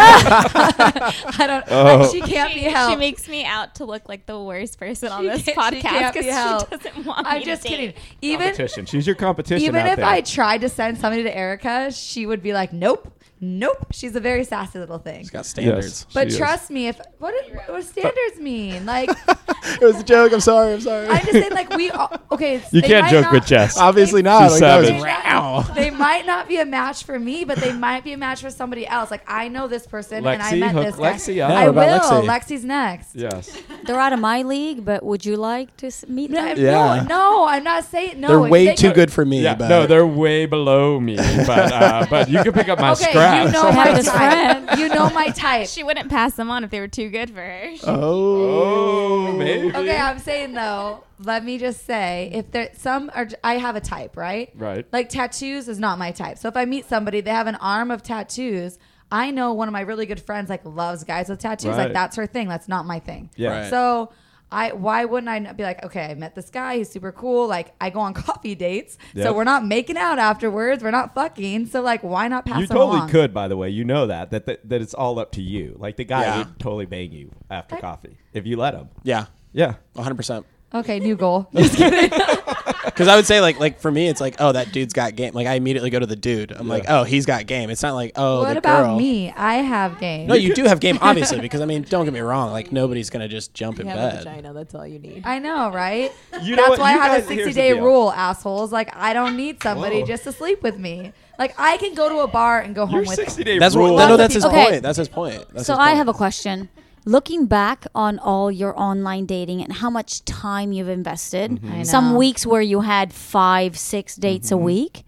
S1: I don't. Like,
S2: Oh.
S1: she can't
S7: she,
S1: be helped.
S7: she makes me out to look like the worst person on
S1: She
S7: this
S1: can't- she
S7: podcast
S1: can't be
S7: because she,
S1: helped.
S7: doesn't want
S1: I'm
S7: me
S1: just
S7: to date.
S1: kidding. Even
S2: Competition. She's your competition.
S1: even
S2: out
S1: if
S2: there.
S1: I tried to send somebody to Erica, she would be like, "Nope, Nope. She's a very sassy little thing.
S4: She's got standards.
S1: But
S2: she is.
S1: trust me, if what, do- what do standards mean? Like
S5: It was a joke. I'm sorry. I'm sorry.
S1: I'm just saying, like we all, okay. it's-
S2: You
S1: they
S2: can't
S1: might
S2: joke
S1: not-
S2: with Jess.
S5: Obviously not. Like,
S2: She's
S5: that was-
S1: They
S2: savage.
S1: might- They might not be a match for me, but they might be a match for somebody else. Like I know this person, and I
S2: Lexi,
S1: met
S2: hook
S1: this guy.
S2: Lexi up.
S1: I
S4: What
S1: will.
S4: about Lexi?
S1: Lexi's next.
S2: Yes.
S3: They're out of my league, but would you like to s- meet
S1: No,
S3: them?
S5: Yeah.
S1: no, no, I'm not saying no.
S5: They're
S1: if
S5: way
S1: they
S5: too
S1: go-
S5: good for me.
S2: Yeah,
S5: but
S2: no, they're way below me, but uh, but you can pick up my
S1: Okay,
S2: scraps.
S1: you know my
S3: This
S1: type. You know my type.
S7: She wouldn't pass them on if they were too good for her.
S2: oh, maybe.
S1: Okay, I'm saying though, let me just say, if there some are, I have a type, right?
S2: Right.
S1: Like tattoos is not my type. So if I meet somebody, they have an arm of tattoos. I know one of my really good friends like loves guys with tattoos.
S2: Right.
S1: Like that's her thing. That's not my thing.
S2: Yeah.
S4: Right.
S1: So I why wouldn't I not be like, okay, I met this guy, he's super cool. Like I go on coffee dates,
S2: Yep.
S1: so we're not making out afterwards. We're not fucking. So like, why not pass?
S2: you
S1: them
S2: totally
S1: along?
S2: could, by the way. You know that, that that that it's all up to you. Like the guy
S4: Yeah.
S2: would totally bang you after coffee if you let him.
S4: Yeah,
S2: Yeah.
S4: 100. percent
S1: Okay, new goal.
S4: Because I would say like like for me, it's like oh that dude's got game. Like I immediately go to the dude. I'm like oh he's got game. It's not like oh
S1: what
S4: the
S1: about
S4: girl.
S1: me? I have game.
S4: No, you do have game obviously because I mean don't get me wrong. Like nobody's gonna just jump in
S6: You have a
S4: bed.
S6: vagina. That's all you need.
S1: I know, right?
S2: You know
S1: That's
S2: what?
S1: why
S2: You
S1: I have
S2: guys-
S1: a
S2: here's the
S1: 60 day
S2: deal.
S1: rule, assholes. Like, I don't need somebody
S2: Whoa.
S1: just to sleep with me. Like, I can go to a bar and go
S2: Your
S1: home with
S2: 60 day
S4: That's
S2: rule.
S4: what. No, that's his
S3: Okay.
S4: point. That's his point. That's
S3: So
S4: his
S3: I
S4: point.
S3: have a question. Looking back on all your online dating and how much time you've invested,
S1: I
S3: some
S1: know.
S3: weeks where you had five, six dates a week,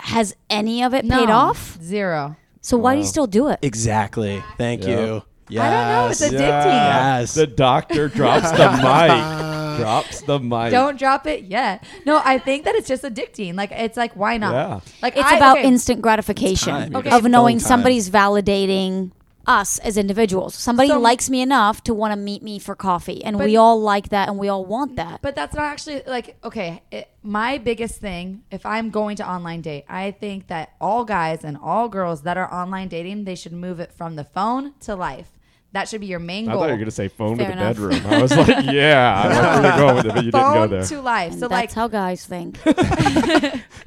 S3: has any of it
S1: No,
S3: paid off?
S1: Zero.
S3: So why do you still do it?
S4: exactly. Thank
S2: Yeah.
S4: you. Yes.
S1: I don't know. It's addicting.
S4: Yes.
S2: The doctor drops the mic. Drops the mic.
S1: Don't drop it yet. No, I think that it's just addicting. Like, it's like, why not?
S2: Yeah.
S1: Like,
S3: It's
S1: I-
S3: about
S1: okay,
S3: instant gratification
S4: It's time.
S1: Okay.
S3: of
S1: It's
S3: knowing
S4: time.
S3: somebody's validating us as individuals. Somebody
S1: So-
S3: likes me enough to want to meet me for coffee, and
S1: But-
S3: we all like that, and we all want that.
S1: But that's not actually like okay. It, my biggest thing, if I'm going to online date, I think that all guys and all girls that are online dating, they should move it from the phone to life. That should be your main
S2: I
S1: goal.
S2: thought you were gonna say phone
S3: Fair
S2: to the
S3: enough.
S2: bedroom. I was like, yeah, I know where you're going with it, but you didn't go
S1: phone
S2: there.
S1: to life.
S3: And
S1: So
S3: that's
S1: like
S3: how guys think.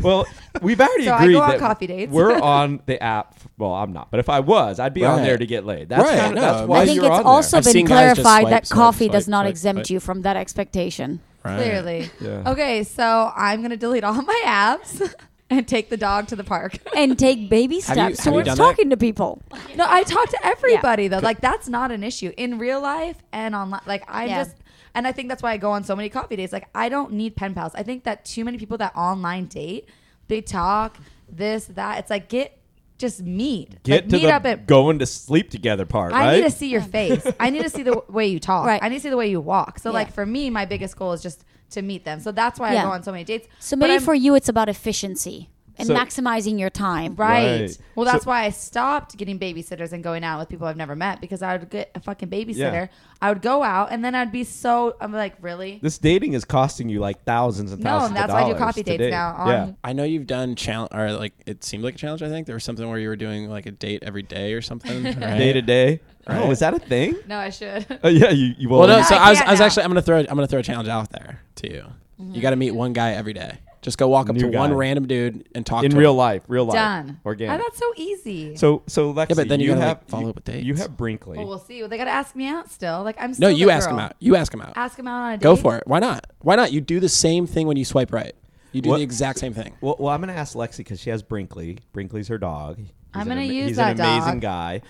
S2: Well, we've already
S1: So I go
S2: agreed
S1: on
S2: that
S1: coffee dates.
S2: we're on the app. Well, I'm not, but if I was, I'd be on
S4: Right.
S2: there to get laid. That's
S4: Right,
S2: kind of,
S4: no,
S2: that's why
S3: I think
S2: you're
S3: it's
S2: on
S3: also
S4: I've
S3: been
S4: seen guys just
S3: clarified
S4: swipe,
S3: that
S4: swipe,
S3: coffee
S4: swipe,
S3: does not
S4: swipe,
S3: exempt
S4: swipe.
S3: you from that expectation.
S4: Right.
S1: clearly.
S2: Yeah.
S1: Okay, so I'm gonna delete all my apps and take the dog to the park.
S3: And take baby
S4: you-
S3: steps
S4: have you
S3: towards
S4: done that?
S3: talking to people.
S1: no, I talk to everybody though. Like that's not an issue in real life and online. Like I
S3: Yeah.
S1: just and I think that's why I go on so many coffee dates. Like I don't need pen pals. I think that too many people that online date, they talk this that. It's like get just meet.
S2: Get
S1: like,
S2: to
S1: meet
S2: the
S1: up at.
S2: going to sleep together part,
S1: I
S2: right?
S1: need to see your face. I need to see the w- way you talk.
S3: Right.
S1: I need to see the way you walk. So
S3: Yeah.
S1: like for me, my biggest goal is just to meet them. So that's why
S3: Yeah.
S1: I go on so many dates.
S3: So
S1: But
S3: maybe
S1: I'm-
S3: for you, it's about efficiency and
S2: So-
S3: maximizing your time.
S1: Right.
S2: Right.
S1: Well, that's
S2: So-
S1: why I stopped getting babysitters and going out with people I've never met because I would get a fucking babysitter.
S2: Yeah.
S1: I would go out and then I'd be so I'm like, really?
S2: this dating is costing you like thousands and
S1: No,
S2: thousands.
S1: and that's
S2: of
S1: why I do
S2: dollars
S1: coffee
S2: to
S1: dates
S2: date.
S1: now on-
S2: yeah.
S4: I know you've done challenge, or like it seemed like a challenge. I think there was something where you were doing like a date every day or something. right?
S2: day to day. Oh,
S4: Right.
S2: is that a thing?
S1: No, I should.
S2: Uh, yeah, you. you
S4: Well, no.
S1: Yeah,
S4: So
S1: I
S4: I was,
S1: can't
S4: I was
S1: now. Mm-hmm.
S4: actually. I'm gonna throw. I'm gonna throw a challenge out there to you. You got to meet one guy every day. Just go walk up
S2: New
S4: to one
S2: guy.
S4: random dude and talk
S2: in
S4: to
S2: real
S4: him.
S2: life, real life,
S1: Done.
S2: organic.
S1: Oh, that's so easy.
S2: so, so Lexi,
S4: but then you gotta,
S2: have
S4: like, follow
S2: you-
S4: up with dates.
S2: You have Brinkley.
S1: Oh, well, we'll see. Well, they gotta ask me out still. Like I'm.
S4: No,
S1: Still
S4: you
S1: the
S4: ask him
S1: girl.
S4: out. You ask him out.
S1: Ask him out on a date.
S4: Go for it. Why not? Why not? You do the same thing when you swipe right. You do
S2: What-
S4: the exact same thing.
S2: Well, well, I'm going to ask Lexi because she has Brinkley. Brinkley's her dog. He's
S1: I'm
S2: an
S1: gonna use
S2: He's an
S1: that dog.
S2: amazing guy.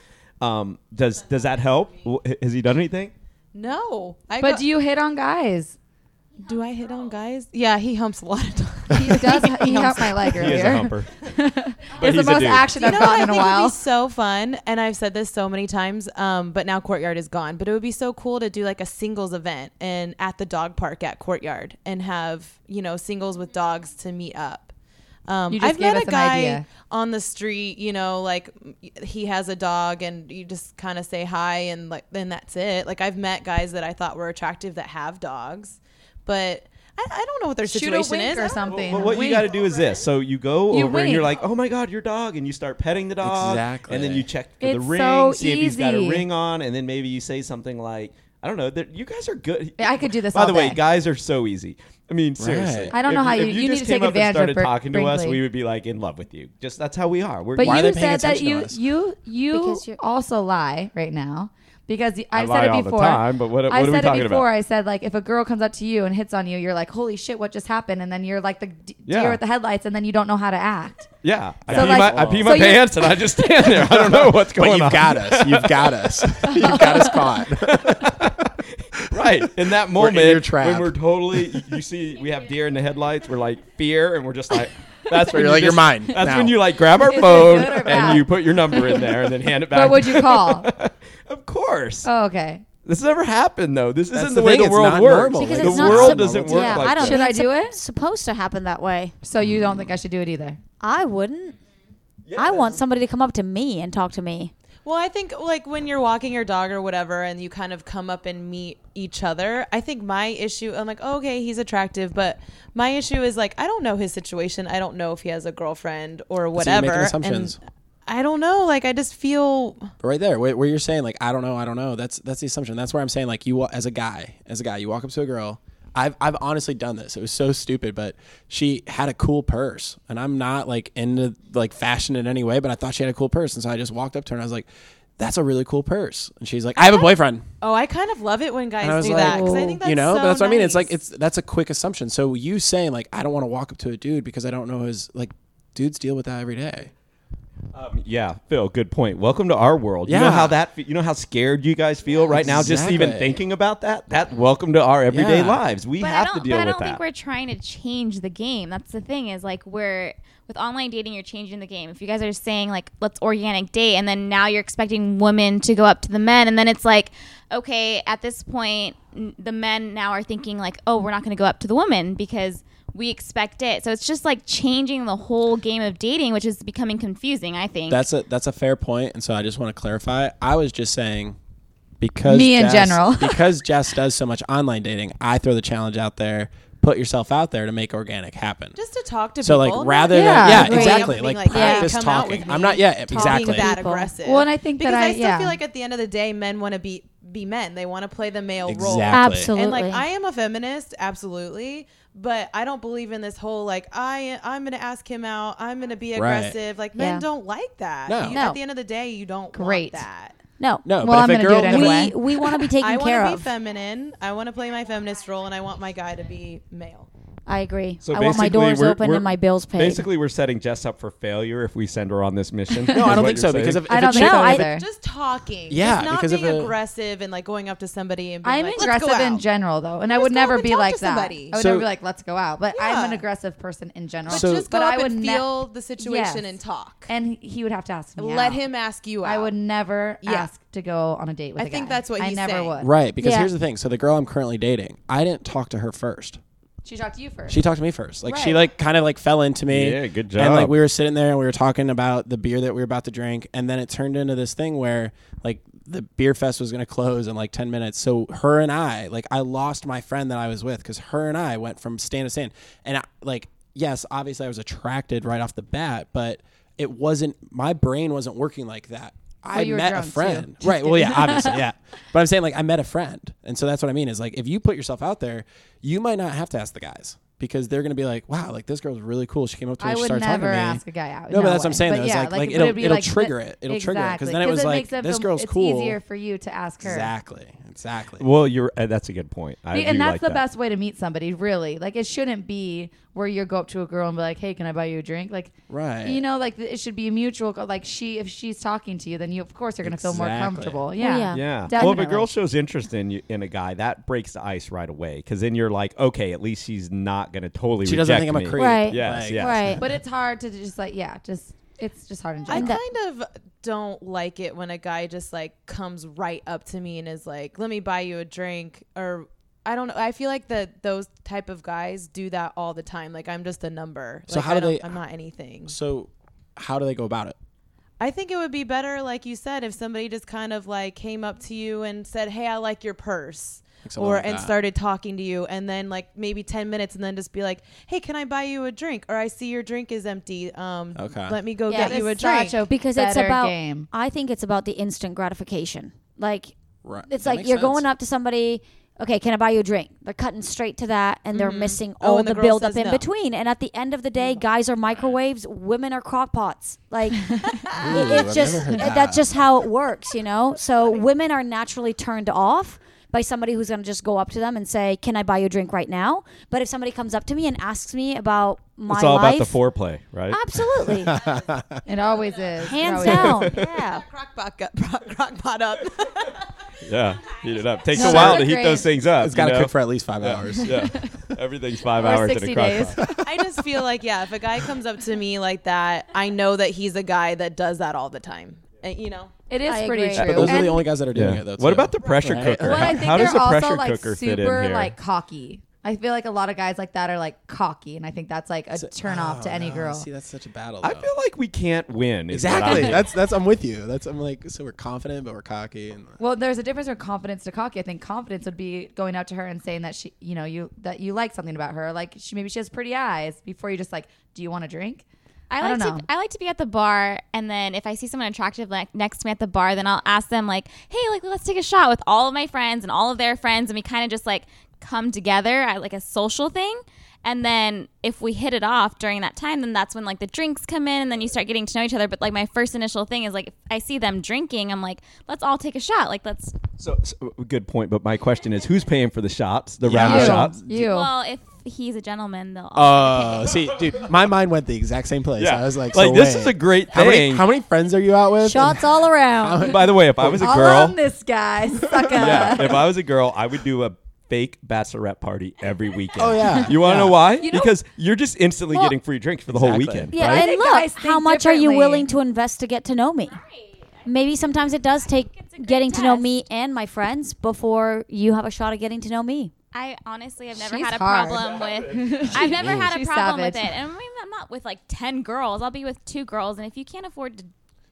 S2: Um, does does that help? W- h- Has he done anything?
S6: No. I
S1: But
S6: go-
S1: do you hit on guys?
S6: do I hit on guys? Yeah, he humps a lot of times.
S1: He does. he helped my leg earlier.
S2: He is a humper. but
S1: It's the
S2: he's a
S1: most
S2: dude.
S1: action
S6: You
S1: I've
S6: know what I
S1: gotten in
S6: think
S1: a
S6: would
S1: while.
S6: be so fun, and I've said this so many times, um, but now Courtyard is gone. But it would be so cool to do like a singles event and at the dog park at Courtyard and have you know singles with dogs to meet up. Um,
S1: You just
S6: I've
S1: gave
S6: met
S1: us
S6: a
S1: an
S6: guy
S1: idea.
S6: on the street, you know, like m- he has a dog, and you just kind of say hi, and like then that's it. Like I've met guys that I thought were attractive that have dogs, but I, I don't know what their
S1: Shoot a
S6: situation
S1: wink
S6: is.
S1: or
S6: I don't-
S1: something.
S2: Well, what you
S1: Wink.
S2: got to do is this. So you go
S1: You
S2: over and you're
S1: wink.
S2: like, oh my God, your dog. And you start petting the dog.
S4: Exactly.
S2: And then you check for the
S1: It's
S2: ring,
S1: so
S2: see if he's got a
S1: easy.
S2: ring on. And then maybe you say something like, I don't know. They're- You guys are good.
S1: I could do this
S2: By
S1: all
S2: the way,
S1: day.
S2: guys are so easy. I mean, seriously.
S4: Right.
S1: I don't know
S2: If
S1: how you-
S2: if
S1: you need
S2: just
S1: to take
S2: came up
S1: advantage of
S2: and started
S1: Bur-
S2: talking to us,
S1: Brinkley.
S2: we would be like in love with you. Just that's how we are. We're
S1: But
S4: Why are
S1: you
S4: they paying
S1: said that
S4: attention to
S1: you
S4: us?
S1: you you
S3: Because you're-
S1: also lie right now because y- I've
S2: lie
S1: said
S2: all
S1: it
S2: the
S1: before.
S2: time, but what-
S1: I
S2: what are we
S1: said
S2: talking
S1: it before.
S2: about?
S1: I said like if a girl comes up to you and hits on you, you're like, holy shit, what just happened? And then you're like the d-
S2: Yeah.
S1: deer with the headlights, and then you don't know how to act.
S2: yeah. I
S1: So,
S2: pee
S1: like-
S2: my, I pee
S1: so
S2: my
S1: you're-
S2: pants and I just stand there. I don't know what's
S5: But
S2: going
S5: you've
S2: on.
S5: got us. You've got us. you've got us caught.
S2: right in that
S5: We're in
S2: moment
S5: your trap.
S2: when we're totally you see we have deer in the headlights we're like fear and we're just like that's
S5: Where
S2: when
S5: you're
S2: you
S5: like,
S2: just-
S5: "You're mine
S2: that's
S5: now."
S2: when you like grab our
S1: it
S2: phone
S1: good or
S2: and
S1: bad?
S2: you put your number in there and then hand it back
S1: What would you call?
S2: of course
S1: oh, okay.
S2: this never happened though this
S5: That's
S2: isn't the,
S5: the
S2: way
S5: thing,
S2: the
S5: it's
S2: world
S5: not
S2: works
S5: normal.
S3: Because
S2: the
S3: it's not
S2: world
S3: sup-
S2: doesn't work
S3: yeah,
S2: like
S3: I don't
S2: that.
S1: Should
S3: think
S1: I do
S3: it's sup-
S1: it?
S3: Supposed to happen that way.
S1: So you don't think I should do it either?
S3: I wouldn't. I want somebody to come up to me and talk to me.
S6: Well, I think like when you're walking your dog or whatever, and you kind of come up and meet each other. I think my issue, I'm like, oh, okay, he's attractive, but my issue is like, I don't know his situation. I don't know if he has a girlfriend
S4: So
S6: or
S4: you're
S6: whatever.
S4: making
S6: and
S4: assumptions.
S6: I don't know. Like, I just feel
S4: right there where, where you're saying like i don't know i don't know that's that's the assumption that's where i'm saying like you wa- as a guy as a guy you walk up to a girl I've, I've honestly done this it was so stupid but she had a cool purse and i'm not like into like fashion in any way but i thought she had a cool purse and so i just walked up to her and i was like that's a really cool purse and she's like i have a boyfriend
S6: Oh, I kind of love it when guys
S4: and i was
S6: do
S4: like
S6: that 'cause I think that's
S4: you know
S6: so
S4: but that's what i mean it's
S6: nice.
S4: like it's that's a quick assumption so you saying like i don't want to walk up to a dude because i don't know his like dudes deal with that every day
S2: Um, yeah, Phil, good point. Welcome to our world. You know
S4: Yeah.
S2: how that you know how scared you guys feel right now just even
S4: Exactly.
S2: thinking about that? That welcome to our everyday
S4: Yeah.
S2: lives. We
S7: But I
S2: have
S7: don't.
S2: to deal
S7: but I
S2: with
S7: don't
S2: that.
S7: think we're trying to change the game. That's the thing is like we're with online dating, you're changing the game. If you guys are saying like let's organic date, and then now you're expecting women to go up to the men, and then it's like okay, at this point, n- the men now are thinking like oh we're not going to go up to the woman because we expect it. So it's just like changing the whole game of dating, which is becoming confusing. I think.
S4: That's a that's a fair point, and so I just want to clarify. I was just saying because
S1: Me in
S4: Jess-
S1: general.
S4: because Jess does so much online dating. I throw the challenge out there. Put yourself out there to make organic happen.
S6: just to talk to
S4: so
S6: people.
S4: like rather
S1: Yeah,
S4: than yeah
S1: agreed.
S4: exactly
S6: Being
S4: like,
S6: like, yeah,
S4: practice
S6: come out
S4: talking.
S6: with
S4: I'm
S6: me.
S4: not yeah
S6: Talking
S4: exactly.
S6: that
S3: People.
S6: aggressive.
S1: Well, and I think that
S6: because
S1: I-
S6: still
S1: yeah.
S6: feel like at the end of the day, men want to be be men. They want to play the male role.
S4: Exactly. Absolutely.
S6: And like I am a feminist, absolutely, but I don't believe in this whole like I I'm gonna ask him out, I'm gonna be
S4: Right.
S6: aggressive. Like men
S1: Yeah.
S6: don't like that.
S4: No.
S6: You-
S3: No.
S6: At the end of the day, you don't
S1: Great.
S6: want that.
S3: No.
S4: No,
S1: Well, I'm gonna
S4: but if a
S1: do
S4: girl
S1: it anyway.
S3: We we want to be taken
S6: I
S3: care
S6: want to be
S3: of.
S6: feminine. I want to play my feminist role, and I want my guy to be male.
S3: I agree.
S2: So
S3: I want my
S2: basically,
S3: doors
S2: we're-
S3: open
S2: we're-
S3: and my bills paid.
S2: Basically, we're setting Jess up for failure if we send her on this mission.
S4: no, I don't think so because if, if
S1: I
S4: a
S1: don't think
S4: chick-
S1: so
S3: No, I-
S1: either.
S6: Just talking.
S4: Yeah,
S6: just not
S4: because of
S6: being
S4: a-
S6: aggressive and like going up to somebody and being
S1: I'm
S6: like, Let's go
S1: aggressive in
S6: out."
S1: general though, and I would
S6: go up
S1: never
S6: and
S1: be
S6: talk to
S1: like that. I
S6: somebody.
S1: would
S4: So-
S1: never be like, "Let's go out," but I'm an
S6: Yeah.
S1: aggressive person in general.
S6: But
S4: So-
S6: just go
S1: but
S6: up
S1: I would
S6: and
S1: ne-
S6: feel the situation
S1: Yes.
S6: and talk.
S1: and he would have to ask me.
S6: Let
S1: out.
S6: him ask you out.
S1: I would never
S6: Yeah.
S1: ask to go on a date with.
S6: I
S1: a
S6: think
S1: guy.
S6: that's what
S1: I
S6: he's
S1: never
S6: saying.
S1: would.
S4: right because
S3: Yeah.
S4: here's the thing. So the girl I'm currently dating, I didn't talk to her first.
S1: She talked to you first.
S4: She talked to me first. Like she
S1: Right.
S4: like kind of like fell into me.
S2: Yeah, good
S4: And like
S2: job.
S4: we were sitting there and we were talking about the beer that we were about to drink, and then it turned into this thing where like the beer fest was gonna close in like ten minutes. So her and I, like I lost my friend that I was with because her and I went from stand to stand, and I, like yes, obviously I was attracted right off the bat, but it wasn't my brain wasn't working like that. I
S1: you were
S4: met a
S1: drunk, too.
S4: friend. Right. Well, yeah, obviously, yeah. But I'm saying like I met a friend, and so that's what I mean is like if you put yourself out there, you might not have to ask the guys because they're gonna be like, wow, like this girl's really cool. She came up to me,
S1: I
S4: she
S1: would
S4: started talking
S1: never
S4: to me.
S1: ask a guy out.
S4: No, but that's what I'm
S1: way.
S4: saying,
S1: But
S4: though, is
S1: yeah,
S4: like-
S1: like,
S4: like,
S1: it
S4: it'll-
S1: would be
S4: it'll
S1: like,
S4: trigger
S1: th-
S4: it. It'll trigger it, 'cause
S1: Exactly.
S4: then it was like,
S1: makes them
S4: this
S1: feel-
S4: girl's
S1: it's
S4: cool.
S1: easier for you to ask her.
S4: Exactly. Exactly.
S2: well, you're uh, that's a good point. I
S1: and
S2: do
S1: that's
S2: like
S1: the
S2: that.
S1: best way to meet somebody, really. Like it shouldn't be where you go up to a girl and be like, "Hey, can I buy you a drink?" Like,
S4: Right.
S1: You know, like it should be a mutual. go- Like she, if she's talking to you, then you, of course, are going to feel more
S4: Exactly.
S1: comfortable. Yeah,
S3: yeah.
S2: Yeah. Well, if a
S1: Definitely.
S2: girl shows interest in you, in a guy, that breaks the ice right away because then you're like, okay, at least she's not going to totally.
S4: she doesn't
S2: reject
S4: think I'm
S2: me.
S4: a creep.
S3: Right.
S2: Yes,
S4: Like,
S2: yes.
S3: Right.
S1: But it's hard to just like, yeah, just it's just hard in
S6: I
S1: general.
S6: kind of don't like it when a guy just like comes right up to me and is like, "Let me buy you a drink," or I don't know. I feel like that those type of guys do that all the time. Like I'm just a number.
S4: So
S6: Like,
S4: how
S6: I
S4: do
S6: don't-
S4: they-
S6: I'm not anything.
S4: So how do they go about it?
S6: I think it would be better, like you said, if somebody just kind of like came up to you and said, "Hey, I like your purse,"
S4: something
S6: or
S4: like
S6: and
S4: that.
S6: started talking to you, and then like maybe ten minutes, and then just be like, "Hey, can I buy you a drink?" Or I see your drink is empty. Um,
S4: Okay.
S6: let me go
S3: Yeah,
S6: get you a
S1: It's such a
S6: drink.
S3: because it's
S1: better
S3: about
S1: game.
S3: I think it's about the instant gratification. Like
S4: Right.
S3: It's like you're going up to somebody. Okay, can I buy you a drink? They're cutting straight to that, and
S1: Mm-hmm.
S3: they're missing
S6: Oh,
S3: all
S6: and
S3: the,
S6: the girl
S3: build up
S6: says
S3: in
S6: no.
S3: between. And at the end of the day, guys are microwaves, women are crock pots. Like
S4: Ooh,
S3: it's
S4: I've
S3: just
S4: never heard
S3: that's just how it works, you know. So women are naturally turned off by somebody who's going to just go up to them and say, "Can I buy you a drink right now?" But if somebody comes up to me and asks me about my
S2: it's all
S3: life,
S2: about the foreplay, right?
S3: absolutely,
S1: It always is.
S3: hands
S1: It always is.
S3: down, yeah.
S6: Crock pot, gu- pro- crock pot up.
S2: Yeah, heat it up. Takes
S1: No,
S2: a while
S1: they're
S2: to heat
S1: great.
S2: those things up.
S5: It's got to
S2: you know?
S5: cook for at least five hours.
S2: Uh, Yeah, everything's five
S1: Or
S2: hours in
S1: 60
S2: a crock
S1: days.
S2: pot.
S6: I just feel like yeah, if a guy comes up to me like that, I know that he's a guy that does that all the time. Uh, you know,
S1: It is
S3: I
S1: pretty
S3: agree.
S1: true.
S4: But those are
S1: And
S4: the only guys that are doing
S2: Yeah.
S4: it though.
S2: What
S4: too.
S2: about the pressure
S4: Right.
S2: cooker?
S1: Well, I
S2: How-
S1: think
S2: How
S1: they're
S2: does a pressure
S1: also like
S2: cooker fit in
S1: super
S2: here?
S1: like cocky. I feel like a lot of guys like that are like cocky, and I think that's like a turn off
S5: Oh,
S1: to any girl.
S4: oh, See, that's such a battle.
S2: I feel like we can't win. is what I'm
S5: Exactly.
S2: hearing.
S5: That's that's I'm with you. That's I'm like so we're confident but we're cocky and
S1: Well, there's a difference from confidence to cocky. I think confidence would be going up to her and saying that she, you know, you that you like something about her, like she maybe she has pretty eyes. Before you just like, do you want a drink?
S7: I
S1: I
S7: like
S1: don't
S7: to
S1: know.
S7: I like to be at the bar, and then if I see someone attractive like next to me at the bar, then I'll ask them like, "Hey, like let's take a shot with all of my friends and all of their friends," and we kind of just like come together at like a social thing. And then if we hit it off during that time, then that's when like the drinks come in, and then you start getting to know each other. But like my first initial thing is like if I see them drinking, I'm like, "Let's all take a shot." Like let's
S2: So, so, good point. But my question is, who's paying for the shots? The round
S1: you,
S2: of shots.
S1: you.
S7: well, if he's a gentleman, they'll. all
S4: Uh,
S5: Oh,
S2: Uh,
S5: see, dude, my mind went the exact same place. I was like, so
S2: this
S5: wait,
S2: is a great
S5: how many,
S2: thing.
S5: how many friends are you out with?
S3: Shots all around.
S2: By the way, if I was a
S1: I'll
S2: girl,
S1: own this guy, sucker.
S2: yeah, if I was a girl, I would do a fake bachelorette party every weekend.
S5: Oh, yeah.
S2: You want to know why?
S1: know-
S2: because you're just instantly
S3: Well-
S2: getting free drinks for the whole
S4: Exactly.
S2: weekend.
S3: Yeah,
S2: right?
S1: I
S3: and
S1: think
S3: look,
S1: guys think
S3: how much are you
S1: differently.
S3: willing to invest to get to know me? Maybe sometimes it does take getting to know me and my friends before you have a shot at getting to know me.
S7: I honestly have never
S1: She's
S7: had a
S1: hard.
S7: problem with. I've never had a
S1: She's
S7: problem with
S1: savage.
S7: it, and I mean, I'm not with like ten girls. I'll be with two girls, and if you can't afford to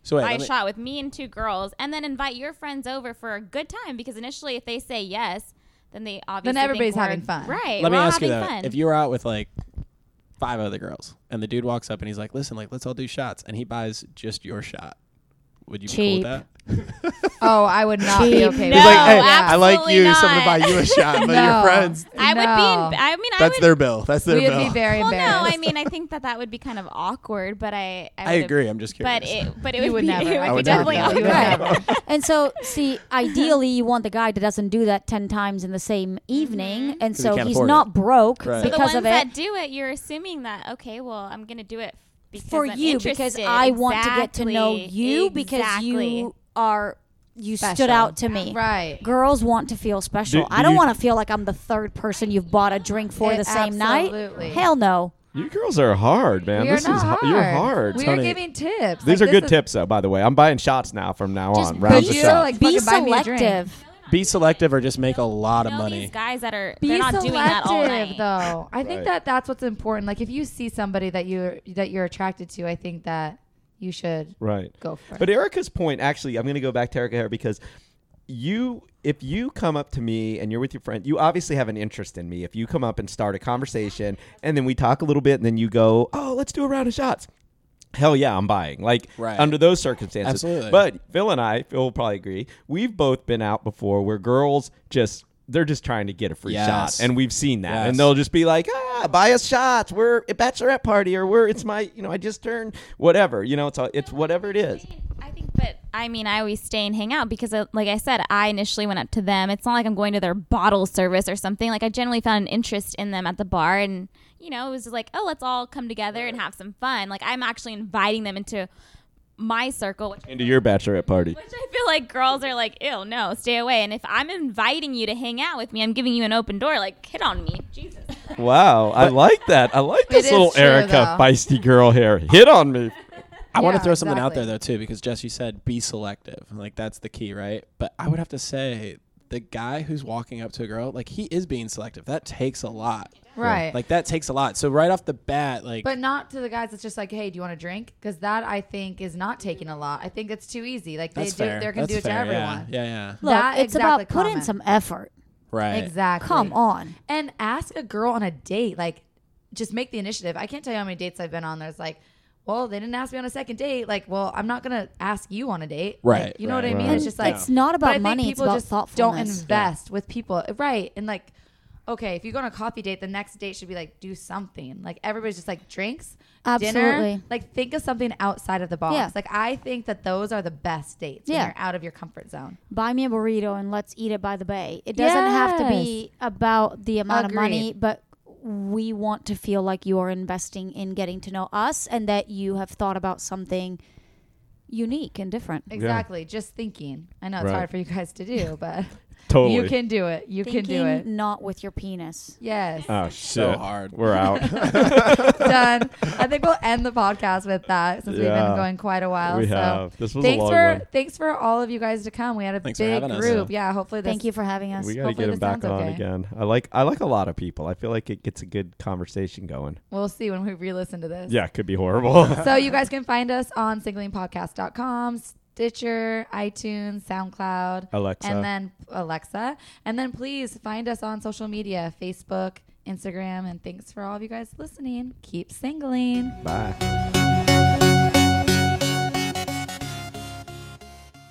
S4: So wait,
S7: buy
S4: let
S7: a
S4: me-
S7: shot with me and two girls, and then invite your friends over for a good time, because initially, if they say yes, then they obviously think
S1: everybody's
S7: we're-
S1: having fun.
S7: right?
S4: let me
S7: we're all
S4: ask you
S7: having
S4: though.
S7: fun.
S4: If you were out with like five other girls and the dude walks up and he's like, "Listen, like let's all do shots," and he buys just your shot, would you be
S3: Cheap.
S4: cool with that?
S1: Oh, I would not be
S3: Cheap.
S1: okay.
S7: No,
S5: He's
S1: with
S5: like,
S1: that.
S5: hey, I like
S7: absolutely
S5: you,
S7: not.
S5: so I'm gonna buy you a shot, but
S1: No.
S5: your friends,
S7: I would
S1: No.
S7: be. in- I mean, I
S5: that's
S7: would.
S5: their bill. That's their
S1: we would
S5: bill.
S1: be very
S7: well,
S1: embarrassed.
S7: no, I mean, I think that that would be kind of awkward, but I. I,
S4: I
S7: would-
S4: agree. I'm just curious.
S7: But it, but it
S1: You
S7: would,
S1: would
S7: be,
S1: never.
S7: It
S1: I
S7: would be
S1: would never.
S7: definitely
S1: You would
S7: awkward.
S1: never.
S3: and so, see, ideally, you want the guy that doesn't do that 10 times in the same evening. And
S5: 'Cause he
S3: so
S5: can't
S3: he's
S5: afford
S3: not
S5: it.
S3: broke
S5: Right. So
S7: So Mm-hmm. the
S3: because
S7: ones
S3: of it.
S7: that do it, you're assuming that okay, well, I'm gonna do it because
S3: for
S7: I'm
S3: you because
S7: interested.
S3: I want to get to know
S7: Exactly.
S3: you because
S7: Exactly.
S3: you are you stood
S1: Special.
S3: out to me.
S1: Right.
S3: Girls want to feel special.
S2: Do-
S3: I
S2: do
S3: don't
S2: you-
S3: want to feel like I'm the third person you've bought a drink for
S1: It-
S3: the same
S1: absolutely.
S3: night. Hell no.
S2: You girls are hard, man.
S1: we are
S2: this
S1: not
S2: is
S1: hard.
S2: you're hard.
S1: We are
S2: Tony.
S1: giving tips.
S2: These
S1: Like, this
S2: are good
S1: is-
S2: tips, though. By the way, I'm buying shots now from now
S3: Just
S2: on. Rounds
S1: But
S2: of
S1: you
S2: shots.
S1: like
S3: Be
S1: fucking buy me a drink.
S3: selective.
S5: be selective or just make a lot
S7: Know these guys that are
S1: Be
S7: they're not
S1: selective,
S7: doing that all night.
S1: though. I think
S4: Right.
S1: that that's what's important. Like if you see somebody that you that you're attracted to, I think that you should
S2: right.
S1: go for
S2: But
S1: it.
S2: Erica's point, actually, I'm going to go back to Erica here because you, if you come up to me and you're with your friend, you obviously have an interest in me. If you come up and start a conversation and then we talk a little bit and then you go, oh, let's do a round of shots. Hell yeah, I'm buying. Like
S4: Right.
S2: under those circumstances.
S4: Absolutely.
S2: But Phil and I, Phil will probably agree, we've both been out before where girls just they're just trying to get a free
S4: Yes.
S2: shot. And we've seen that.
S4: Yes.
S2: And they'll just be like, ah, buy us shots. We're a bachelorette party or we're it's my you know, I just turned whatever. You know, it's all, it's whatever it is.
S7: I think, but I mean, I always stay and hang out because, uh, like I said, I initially went up to them. It's not like I'm going to their bottle service or something. Like I generally found an interest in them at the bar, and you know, it was just like, oh, let's all come together and have some fun. Like I'm actually inviting them into my circle, which
S2: into your bachelorette party.
S7: Which I feel like girls are like, ew, no, stay away. And if I'm inviting you to hang out with me, I'm giving you an open door. Like, hit on me, Jesus.
S2: Wow, I like that. I like
S1: It
S2: this
S1: is
S2: little
S1: true,
S2: Erica
S1: though.
S2: feisty girl here. Hit on me.
S4: I want
S1: Yeah,
S4: to throw something out
S1: exactly.
S4: there though too, because Jess, you said be selective. Like that's the key, right? But I would have to say the guy who's walking up to a girl, like he is being selective. That takes a lot.
S1: Right.
S4: Like that takes a lot. So right off the bat, like
S1: but not to the guys that's just like, hey, do you want a drink? Because that I think is not taking a lot. I think it's too easy. Like they
S4: that's
S1: do,
S4: fair.
S1: they're gonna
S4: That's
S1: do it
S4: fair,
S1: to everyone.
S4: Yeah, yeah. yeah.
S3: Look,
S1: That
S3: it's
S1: exactly
S3: about put in
S1: comment.
S3: some effort.
S4: Right.
S1: Exactly.
S3: Come on.
S1: And ask a girl on a date, like, just make the initiative. I can't tell you how many dates I've been on. There's like, well, they didn't ask me on a second date. Like, well, I'm not gonna ask you on a date.
S5: Right.
S1: Like, you know what I
S2: Right.
S1: mean?
S2: Right.
S1: It's just like
S3: It's not
S1: but I
S3: about
S1: think
S3: money, it's
S1: People
S3: about
S1: just don't
S3: thoughtfulness.
S1: invest with people, right? And like, okay, if you go on a coffee date, the next date should be like do something. Like everybody's just like drinks, dinner.
S3: Absolutely.
S1: Like think of something outside of the box.
S3: Yeah.
S1: Like I think that those are the best dates when
S3: Yeah.
S1: you're out of your comfort zone.
S3: buy me a burrito and let's eat it by the bay. It doesn't have to be about the amount of money,
S1: Agreed.
S3: but we want to feel like you're investing in getting to know us and that you have thought about something unique and different.
S1: Exactly. Just thinking. I know it's
S2: Right.
S1: hard for you guys to do, but
S2: Totally.
S1: you can do it. You
S3: Thinking
S1: can do it.
S3: not with your penis.
S1: Yes.
S2: Oh shit! So
S4: hard.
S2: We're out.
S1: done. I think we'll end the podcast with that since we've
S2: Yeah.
S1: been going quite a while.
S2: we
S1: so
S2: have. This was
S1: thanks
S2: a long
S1: for
S2: one.
S1: thanks for all of you guys to come. We had a
S4: Thanks for
S1: big
S4: having us.
S1: group. Yeah, hopefully this
S3: Thank you for having us.
S2: We got to
S1: hopefully
S2: get him
S1: this
S2: back
S1: sounds
S2: on
S1: okay.
S2: again. I like I like a lot of people. I feel like it gets a good conversation going.
S1: We'll see when we re-listen to this.
S2: Yeah, it could be horrible.
S1: So you guys can find us on singlingpodcast.com, Stitcher, iTunes, SoundCloud,
S2: Alexa.
S1: and then Alexa. And then please find us on social media, Facebook, Instagram, and thanks for all of you guys listening. Keep singling.
S2: Bye.